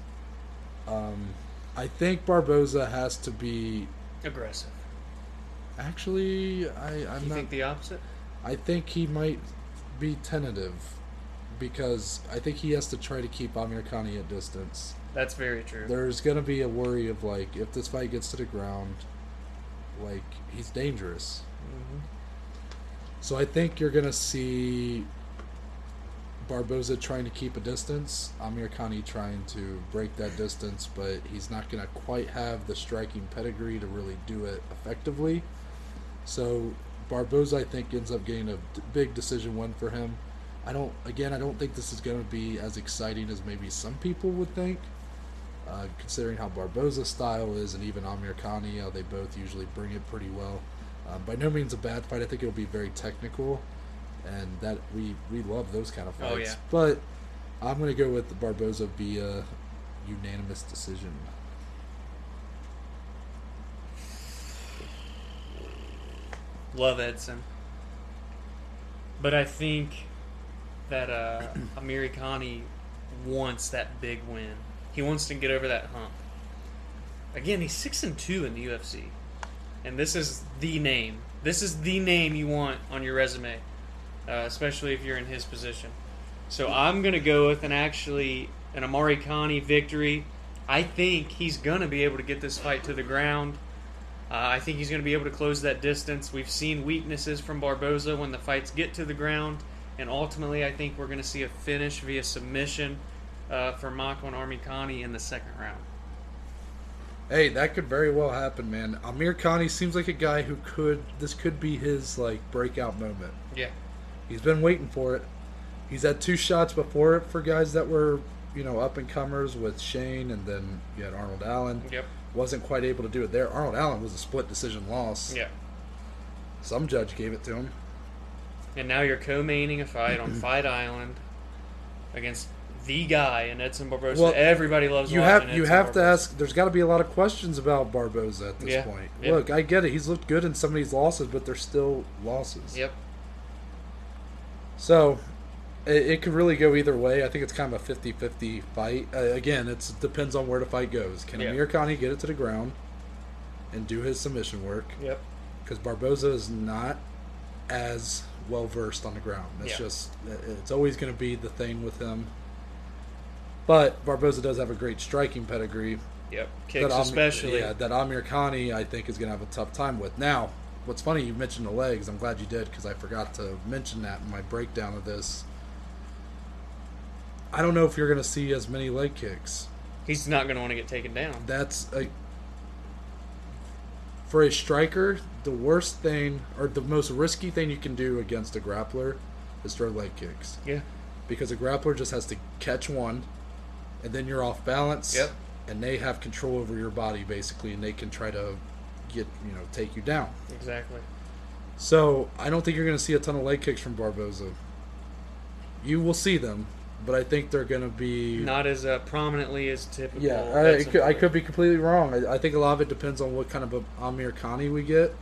Um, I think Barboza has to be.
Aggressive.
Actually, I, I'm
you
not.
think the opposite?
I think he might be tentative because I think he has to try to keep Amir Khani at distance.
That's very true.
There's going to be a worry of like if this fight gets to the ground, like he's dangerous.
Mhm.
So I think you're going to see Barboza trying to keep a distance, Amir Khani trying to break that distance, but he's not going to quite have the striking pedigree to really do it effectively. So Barboza, I think, ends up getting a d- big decision win for him. I don't, again, I don't think this is going to be as exciting as maybe some people would think, uh, considering how Barboza's style is and even Amir Khani, how they both usually bring it pretty well. Um, by no means a bad fight. I think it'll be very technical, and that we we love those kind of
Oh,
fights.
yeah.
But I'm going to go with Barboza via unanimous decision.
Love Edson. But I think that uh, Amiri Khani wants that big win. He wants to get over that hump. Again, he's six and two in the UFC, and this is the name. This is the name you want on your resume, uh, especially if you're in his position. So I'm gonna go with an actually an Amari Khani victory. I think he's gonna be able to get this fight to the ground. Uh, I think he's going to be able to close that distance. We've seen weaknesses from Barboza when the fights get to the ground, and ultimately, I think we're going to see a finish via submission uh, for Mako and Army Khani in the second round.
Hey, that could very well happen, man. Amir Khani seems like a guy who could. This could be his like breakout moment.
Yeah,
He's been waiting for it. He's had two shots before it for guys that were, you know, up and comers with Shane, and then you had Arnold Allen.
yep,
Wasn't quite able to do it there. Arnold Allen was a split decision loss.
yeah.
Some judge gave it to him.
And now you're co-maining a fight on Fight Island against the guy and Edson Barboza.
Well,
Everybody loves
You
watching
have you
Edson
have to
Barboza.
ask. There's got to be a lot of questions about Barboza at this
Yeah,
point.
yeah.
Look, I get it. He's looked good in some of these losses, but they're still losses.
Yep.
So it, it could really go either way. I think it's kind of a 50-50 fight. Uh, again, it depends on where the fight goes. Can
Yeah.
Amir Khani get it to the ground and do his submission work?
Yep.
Because Barboza is not as well versed on the ground. It's
Yeah.
just it- it's always going to be the thing with him. But Barboza does have a great striking pedigree.
Yep. Kicks
Am-
especially.
yeah, that Amir Khani, I think, is going to have a tough time with. Now, what's funny, you mentioned the legs. I'm glad you did because I forgot to mention that in my breakdown of this. I don't know if you're going to see as many leg kicks.
He's not going to want to get taken down.
That's a. For a striker, the worst thing, or the most risky thing you can do against a grappler is throw leg kicks.
Yeah.
Because a grappler just has to catch one, and then you're off balance.
Yep.
And they have control over your body, basically, and they can try to get, you know, take you down.
Exactly.
So I don't think you're going to see a ton of leg kicks from Barboza. You will see them, but I think they're going to be
Not as uh, prominently as typical.
yeah, I, it
Edson
could, I
Barboza.
could be completely wrong. I, I think a lot of it depends on what kind of a Amir Khani we get.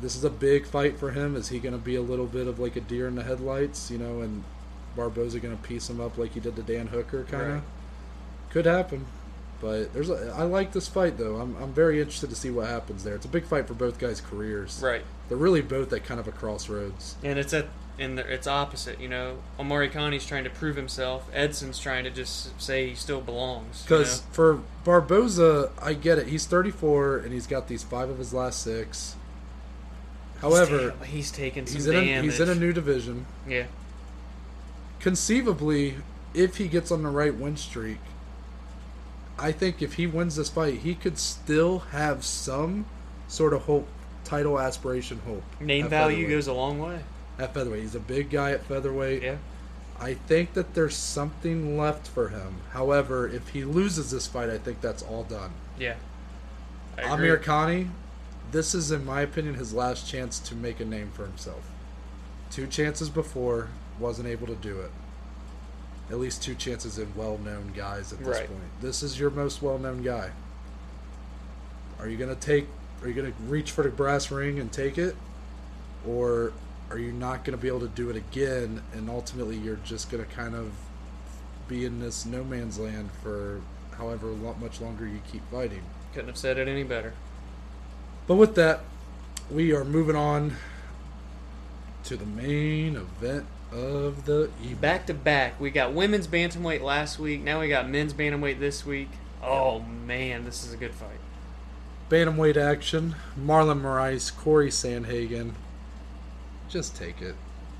This is a big fight for him. Is he going to be a little bit of like a deer in the headlights, you know, and Barboza going to piece him up like he did to Dan Hooker, kind of?
Right.
Could happen. But there's a, I like this fight, though. I'm, I'm very interested to see what happens there. It's a big fight for both guys' careers.
Right.
They're really both at kind of a crossroads.
And it's at and the, it's opposite, you know. Omari Connie's trying to prove himself. Edson's trying to just say he still belongs. you
Because for Barboza, I get it. He's 34 and he's got these five of his last six.
know? He's
However,
ta- he's taking some
He's in, a,
damage.
he's in a new division.
yeah,
Conceivably, if he gets on the right win streak, I think if he wins this fight, he could still have some sort of hope, title aspiration hope.
name
at
value
featherweight-
goes a long way.
at featherweight. He's a big guy at featherweight.
Yeah,
I think that there's something left for him. However, if he loses this fight, I think that's all done.
yeah. I agree.
Amir Khani, this is, in my opinion, his last chance to make a name for himself. Two chances before, wasn't able to do it. At least two chances in well known guys at this
Right.
point. This is your most well known guy. Are you going to take, are you going to reach for the brass ring and take it? Or are you not going to be able to do it again? And ultimately, you're just going to kind of be in this no man's land for however lo- much longer you keep fighting.
couldn't have said it any better.
But with that, we are moving on to the main event of the evening.
Back to back, we got women's bantamweight last week. Now we got men's bantamweight this week. Oh man, this is a good fight.
Bantamweight action. Marlon Moraes, Corey Sandhagen. Just take it.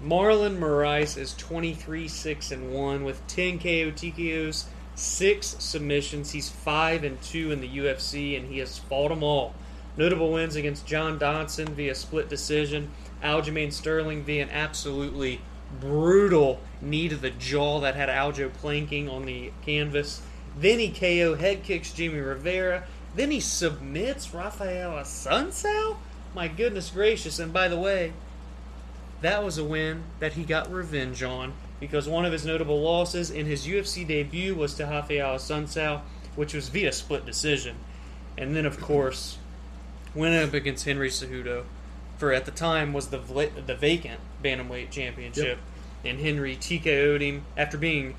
Marlon Moraes is 23 6 and 1 with 10 KO TKOs, 6 submissions. He's 5 and 2 in the UFC, and he has fought them all. Notable wins against John Dodson via split decision, Aljamain Sterling via an absolutely brutal knee to the jaw that had Aljo planking on the canvas. Then he KO head kicks Jimmy Rivera. Then he submits Rafael Sunsao? My goodness gracious. And by the way, that was a win that he got revenge on because one of his notable losses in his UFC debut was to Rafael Sunsao, which was via split decision. And then, of course, went up against Henry Cejudo for, at the time, was the, vla- the vacant Bantamweight Championship. And Henry TKO'd him after being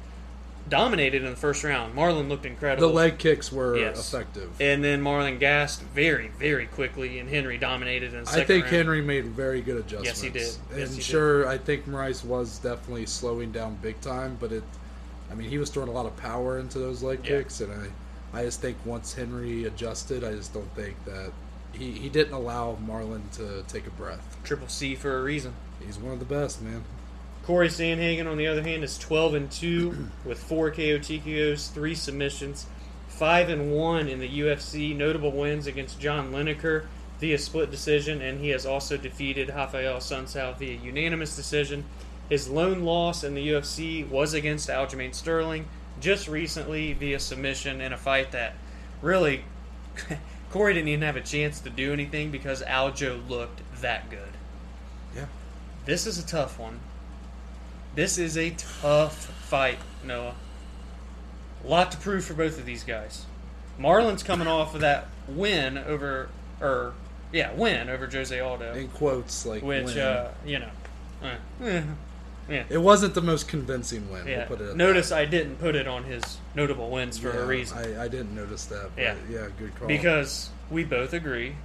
dominated in the first round. Marlon looked
The
incredible.
leg kicks were
Yes.
effective.
And then Marlon gassed very, very quickly, and Henry dominated in the second
I think
round.
Henry made very good adjustments.
he did.
And
Yes, he did.
sure, I think Moraes was definitely slowing down big time, but it, I mean, he was throwing a lot of power into those leg
Yeah.
kicks, and I, I just think once Henry adjusted, I just don't think that he, he didn't allow Marlon to take a breath.
Triple C for a reason.
He's one of the best, man.
Corey Sandhagen, on the other hand, is 12 and 2 with 4 KO TKOs, 3 submissions, 5 and 1 in the UFC. Notable wins against John Lineker via split decision, and he has also defeated Rafael Sunsao via unanimous decision. His lone loss in the UFC was against Aljamain Sterling just recently via submission in a fight that really Corey didn't even have a chance to do anything because Aljo looked that good.
Yeah.
This is a tough one. This is a tough fight, Noah. A lot to prove for both of these guys. Marlon's coming off of that win over, or yeah, win over Jose Aldo,
In quotes, like
which
win.
uh, you know, eh, eh, yeah.
it wasn't the most convincing win.
Yeah.
We'll put it. at
Notice I didn't put it on his notable wins
that.
for
Yeah,
a reason.
I, I didn't notice that. But yeah.
Yeah.
Good call.
Because we both agree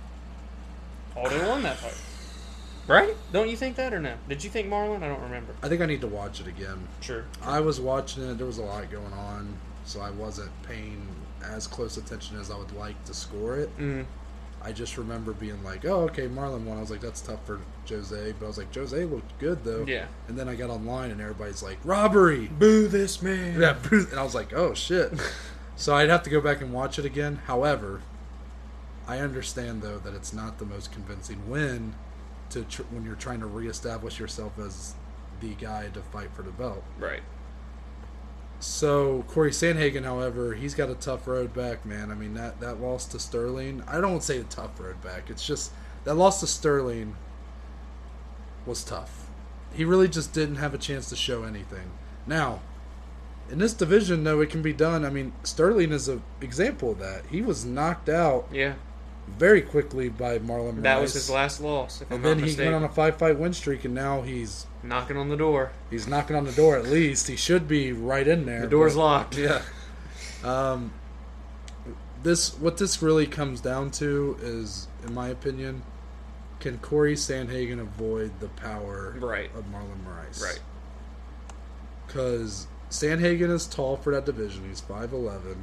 Aldo won that fight. Right? Don't you think that or no? Did you think Marlon? I don't remember.
I think I need to watch it again.
Sure.
I was watching it. There was a lot going on, so I wasn't paying as close attention as I would like to score it.
Mm.
I just remember being like, "Oh, okay, Marlon won." I was like, "That's tough for Jose," but I was like, "Jose looked good though."
Yeah.
And then I got online, and everybody's like, "Robbery!"
Boo this man.
Yeah, boo- and I was like, "Oh shit!" so I'd have to go back and watch it again. However, I understand though that it's not the most convincing win to tr- when you're trying to reestablish yourself as the guy to fight for the belt.
Right.
So Corey Sanhagen, however, he's got a tough road back, man. I mean that that loss to Sterling. I don't say a tough road back. It's just that loss to Sterling was tough. He really just didn't have a chance to show anything. Now, in this division, though, it can be done. I mean, Sterling is an example of that. He was knocked out
Yeah.
very quickly by Marlon.
That
Moraes,
was his last loss, if I'm
And
not
then he
mistaken.
went on a five-fight win streak, and now he's
Knocking on the door.
he's knocking on the door. At least he should be right in there.
The door's
but-
locked.
yeah. Um, this what this really comes down to is, in my opinion, can Corey Sandhagen avoid the power
Right.
of Marlon Moraes?
Right.
Because Sandhagen is tall for that division. He's five eleven.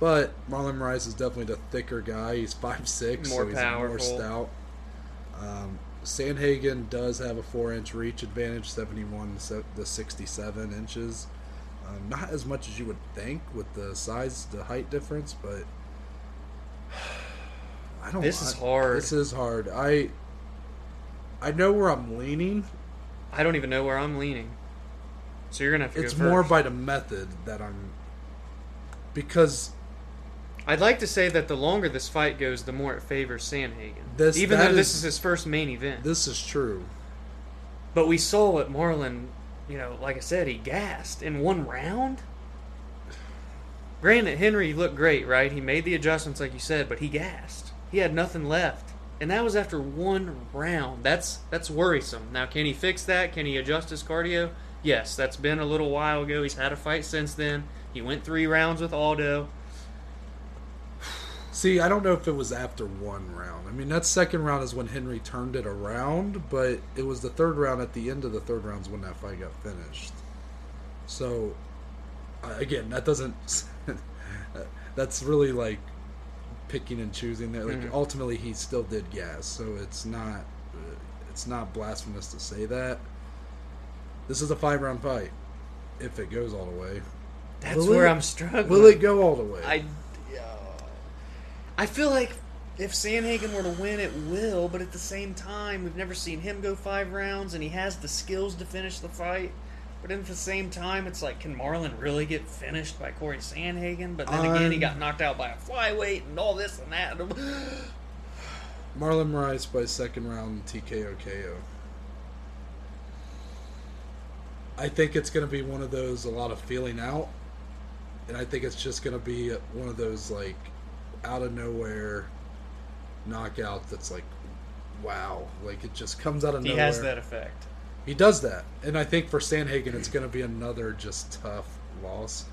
But Marlon Moraes is definitely the thicker guy. He's five six,
More
so he's more
powerful.
stout. Um, Sandhagen does have a four inch reach advantage, seventy one to sixty seven inches. Um, not as much as you would think with the size, the height difference, but I don't.
This is
I-
hard.
This is hard. I I know where I'm leaning.
I don't even know where I'm leaning. So you're gonna have to
it's
go
more
first.
by the method that I'm because
I'd like to say that the longer this fight goes, the more it favors Sanhagen.
This-
even
that
though this
is-
is his first main event.
this is true.
But we saw what Marlon, you know, like I said, he gassed in one round. Granted, Henry looked great, right? He made the adjustments, like you said, but he gassed. He had nothing left, and that was after one round. That's that's worrisome. Now, can he fix that? Can he adjust his cardio? Yes, that's been a little while ago. He's had a fight since then. He went three rounds with Aldo.
See, I don't know if it was after one round. I mean, that second round is when Henry turned it around, but it was the third round at the end of the third rounds when that fight got finished. So, I- again, that doesn't. that's really like picking and choosing there. Like
Mhm.
ultimately, he still did gas, so it's not uh, it's not blasphemous to say that. This is a five round fight, if it goes all the way.
That's
Will
where
it-
I'm struggling.
Will it go all the way?
I, I feel like if Sanhagen were to win, it will. But at the same time, we've never seen him go five rounds, and he has the skills to finish the fight. But at the same time, it's like, can Marlon really get finished by Corey Sanhagen? But then again, he
I'm-
got knocked out by a flyweight and all this and that.
Marlon Moraes by second round TKO KO. I think it's going to be one of those a lot of feeling out, and I think it's just going to be one of those like out of nowhere knockout that's like wow, like it just comes out of
He
nowhere.
has that effect.
He does that, and I think for Sandhagen, it's going to be another just tough loss.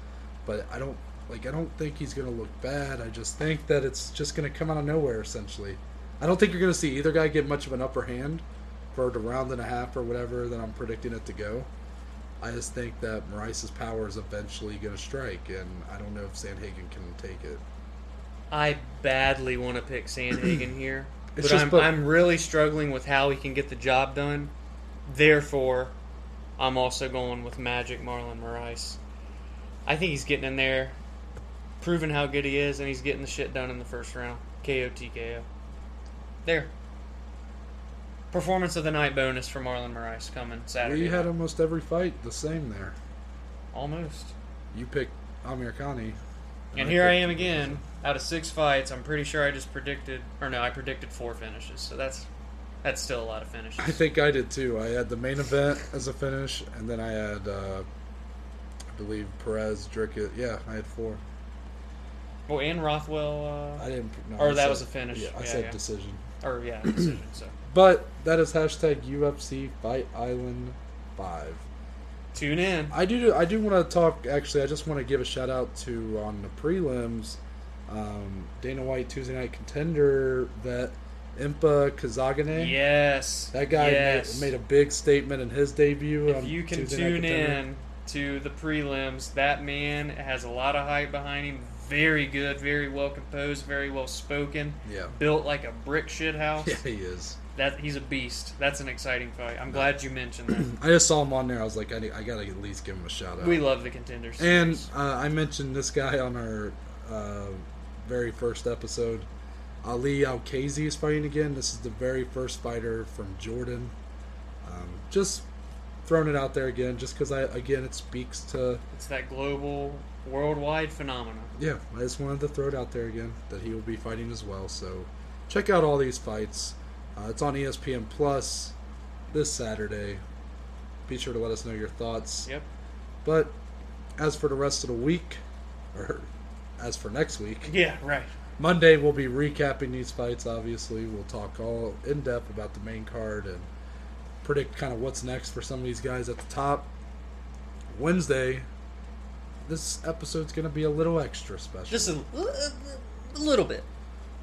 But I don't like. I don't think he's going to look bad. I just think that it's just going to come out of nowhere. Essentially, I don't think you're going to see either guy get much of an upper hand for the round and a half or whatever that I'm predicting it to go. I just think that Morice's power is eventually going to strike, and I don't know if Sandhagen can take it.
I badly want to pick Sandhagen here,
It's
but
just
I'm,
book-
I'm really struggling with how he can get the job done. Therefore, I'm also going with Magic Marlon Moraes. I think he's getting in there, proving how good he is, and he's getting the shit done in the first round. KO TKO. There. Performance of the night bonus for Marlon Moraes coming Saturday.
We had
night.
almost every fight the same there.
almost.
You picked Amir Khani.
And here I
picked-
am again. Out of six fights, I'm pretty sure I just predicted, or no, I predicted four finishes. So that's That's still a lot of finishes.
I think I did too. I had the main event as a finish, and then I had, uh, I believe Perez, Drickett. Yeah, I had four.
Oh, and Rothwell.
I
Uh,
didn't. No,
Or
I
that
said-
was a finish.
Yeah, I
Yeah,
said
yeah.
decision.
or yeah, decision. So
But that is hashtag UFC Fight Island Five.
tune in.
I do. I do want to talk. Actually, I just want to give a shout out to on the prelims, um, Dana White Tuesday Night Contender vet Impa Kazagane.
Yes.
That guy ma-
yes.
made, a big statement in his debut.
If
on
you can
Tuesday Night
tune
Contender.
in to the prelims, that man has a lot of hype behind him. Very good, very well composed, very well spoken.
Yeah.
Built like a brick shit house.
Yeah, he is.
That he's a beast. That's an exciting fight. I'm glad you mentioned that.
I just saw him on there. I was like, I, need- I gotta at least give him a shout out.
we love the contenders.
And uh, I mentioned this guy on our uh, very first episode. Ali Alkazi is fighting again. This is the very first fighter from Jordan. Um, just throwing it out there again, just because I again it speaks to
it's that global, worldwide phenomenon.
yeah. I just wanted to throw it out there again that he will be fighting as well. So check out all these fights. Uh, it's on ESPN Plus this Saturday. Be sure to let us know your thoughts.
Yep.
But as for the rest of the week, or as for next week,
Yeah. Right.
Monday we'll be recapping these fights. Obviously, we'll talk all in depth about the main card and predict kind of what's next for some of these guys at the top. Wednesday, this episode's going to be a little extra special.
Just a, a little bit.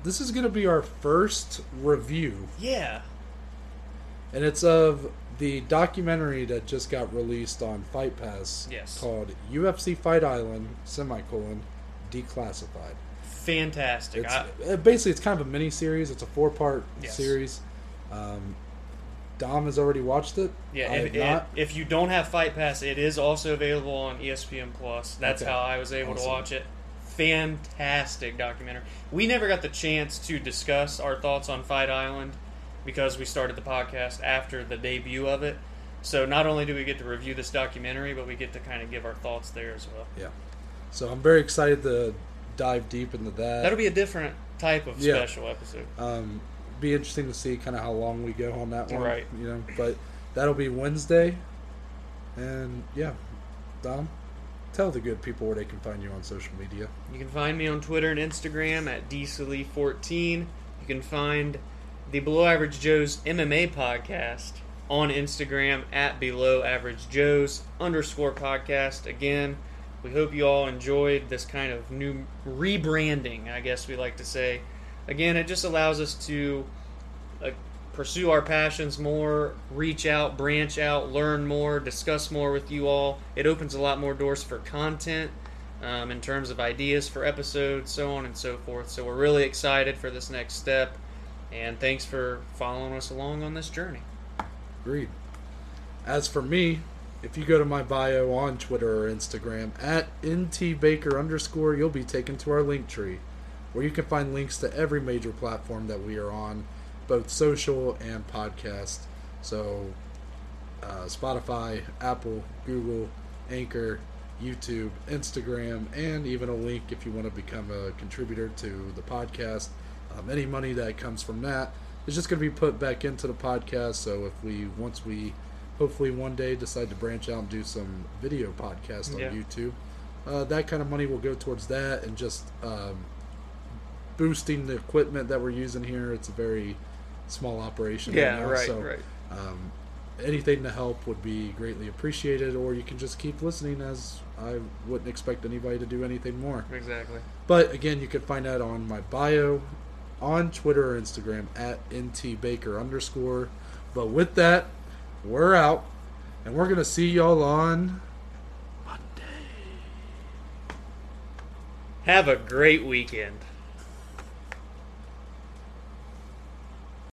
this is going to be our first review
Yeah.
and it's of the documentary that just got released on Fight Pass.
Yes.
Called UFC Fight Island semicolon declassified.
Fantastic.
It's
I,
uh, basically it's kind of a mini series. It's a four part
Yes.
series. Um, Dom has already watched it.
Yeah,
I
if,
have not.
if you don't have Fight Pass, it is also available on E ESPN Plus. That's
Okay.
how I was able
Awesome.
to watch it. Fantastic documentary. We never got the chance to discuss our thoughts on Fight Island because we started the podcast after the debut of it. So not only do we get to review this documentary, but we get to kind of give our thoughts there as well.
yeah. So I'm very excited to dive deep into that.
That'll be a different type of
Yeah.
special episode.
um, be interesting to see kind of how long we go on that one.
Right.
You know, but that'll be Wednesday. And yeah, Dom, tell the good people where they can find you on social media.
You can find me on Twitter and Instagram at dsilly14. You can find the Below Average Joe's MMA podcast on Instagram at Below Average Joe's underscore podcast. Again, we hope you all enjoyed this kind of new rebranding, I guess we like to say. Again, it just allows us to uh, pursue our passions more, reach out, branch out, learn more, discuss more with you all. It opens a lot more doors for content um, in terms of ideas for episodes, so on and so forth. So we're really excited for this next step, and thanks for following us along on this journey.
Agreed. As for me, if you go to my bio on Twitter or Instagram at ntbaker underscore, you'll be taken to our link tree, where you can find links to every major platform that we are on, both social and podcast. So, uh, Spotify, Apple, Google, Anchor, YouTube, Instagram, and even a link if you want to become a contributor to the podcast. Um, any money that comes from that is just going to be put back into the podcast. So if we once we hopefully one day decide to branch out and do some video podcast on
Yeah.
YouTube, uh, that kind of money will go towards that and just um, boosting the equipment that we're using here. It's a very small operation. right now, so, um, anything to help would be greatly appreciated, or you can just keep listening as I wouldn't expect anybody to do anything more.
exactly.
But again, you can find that on my bio on Twitter or Instagram at ntbaker underscore. But with that, we're out, and we're going to see y'all on.
Have a great weekend.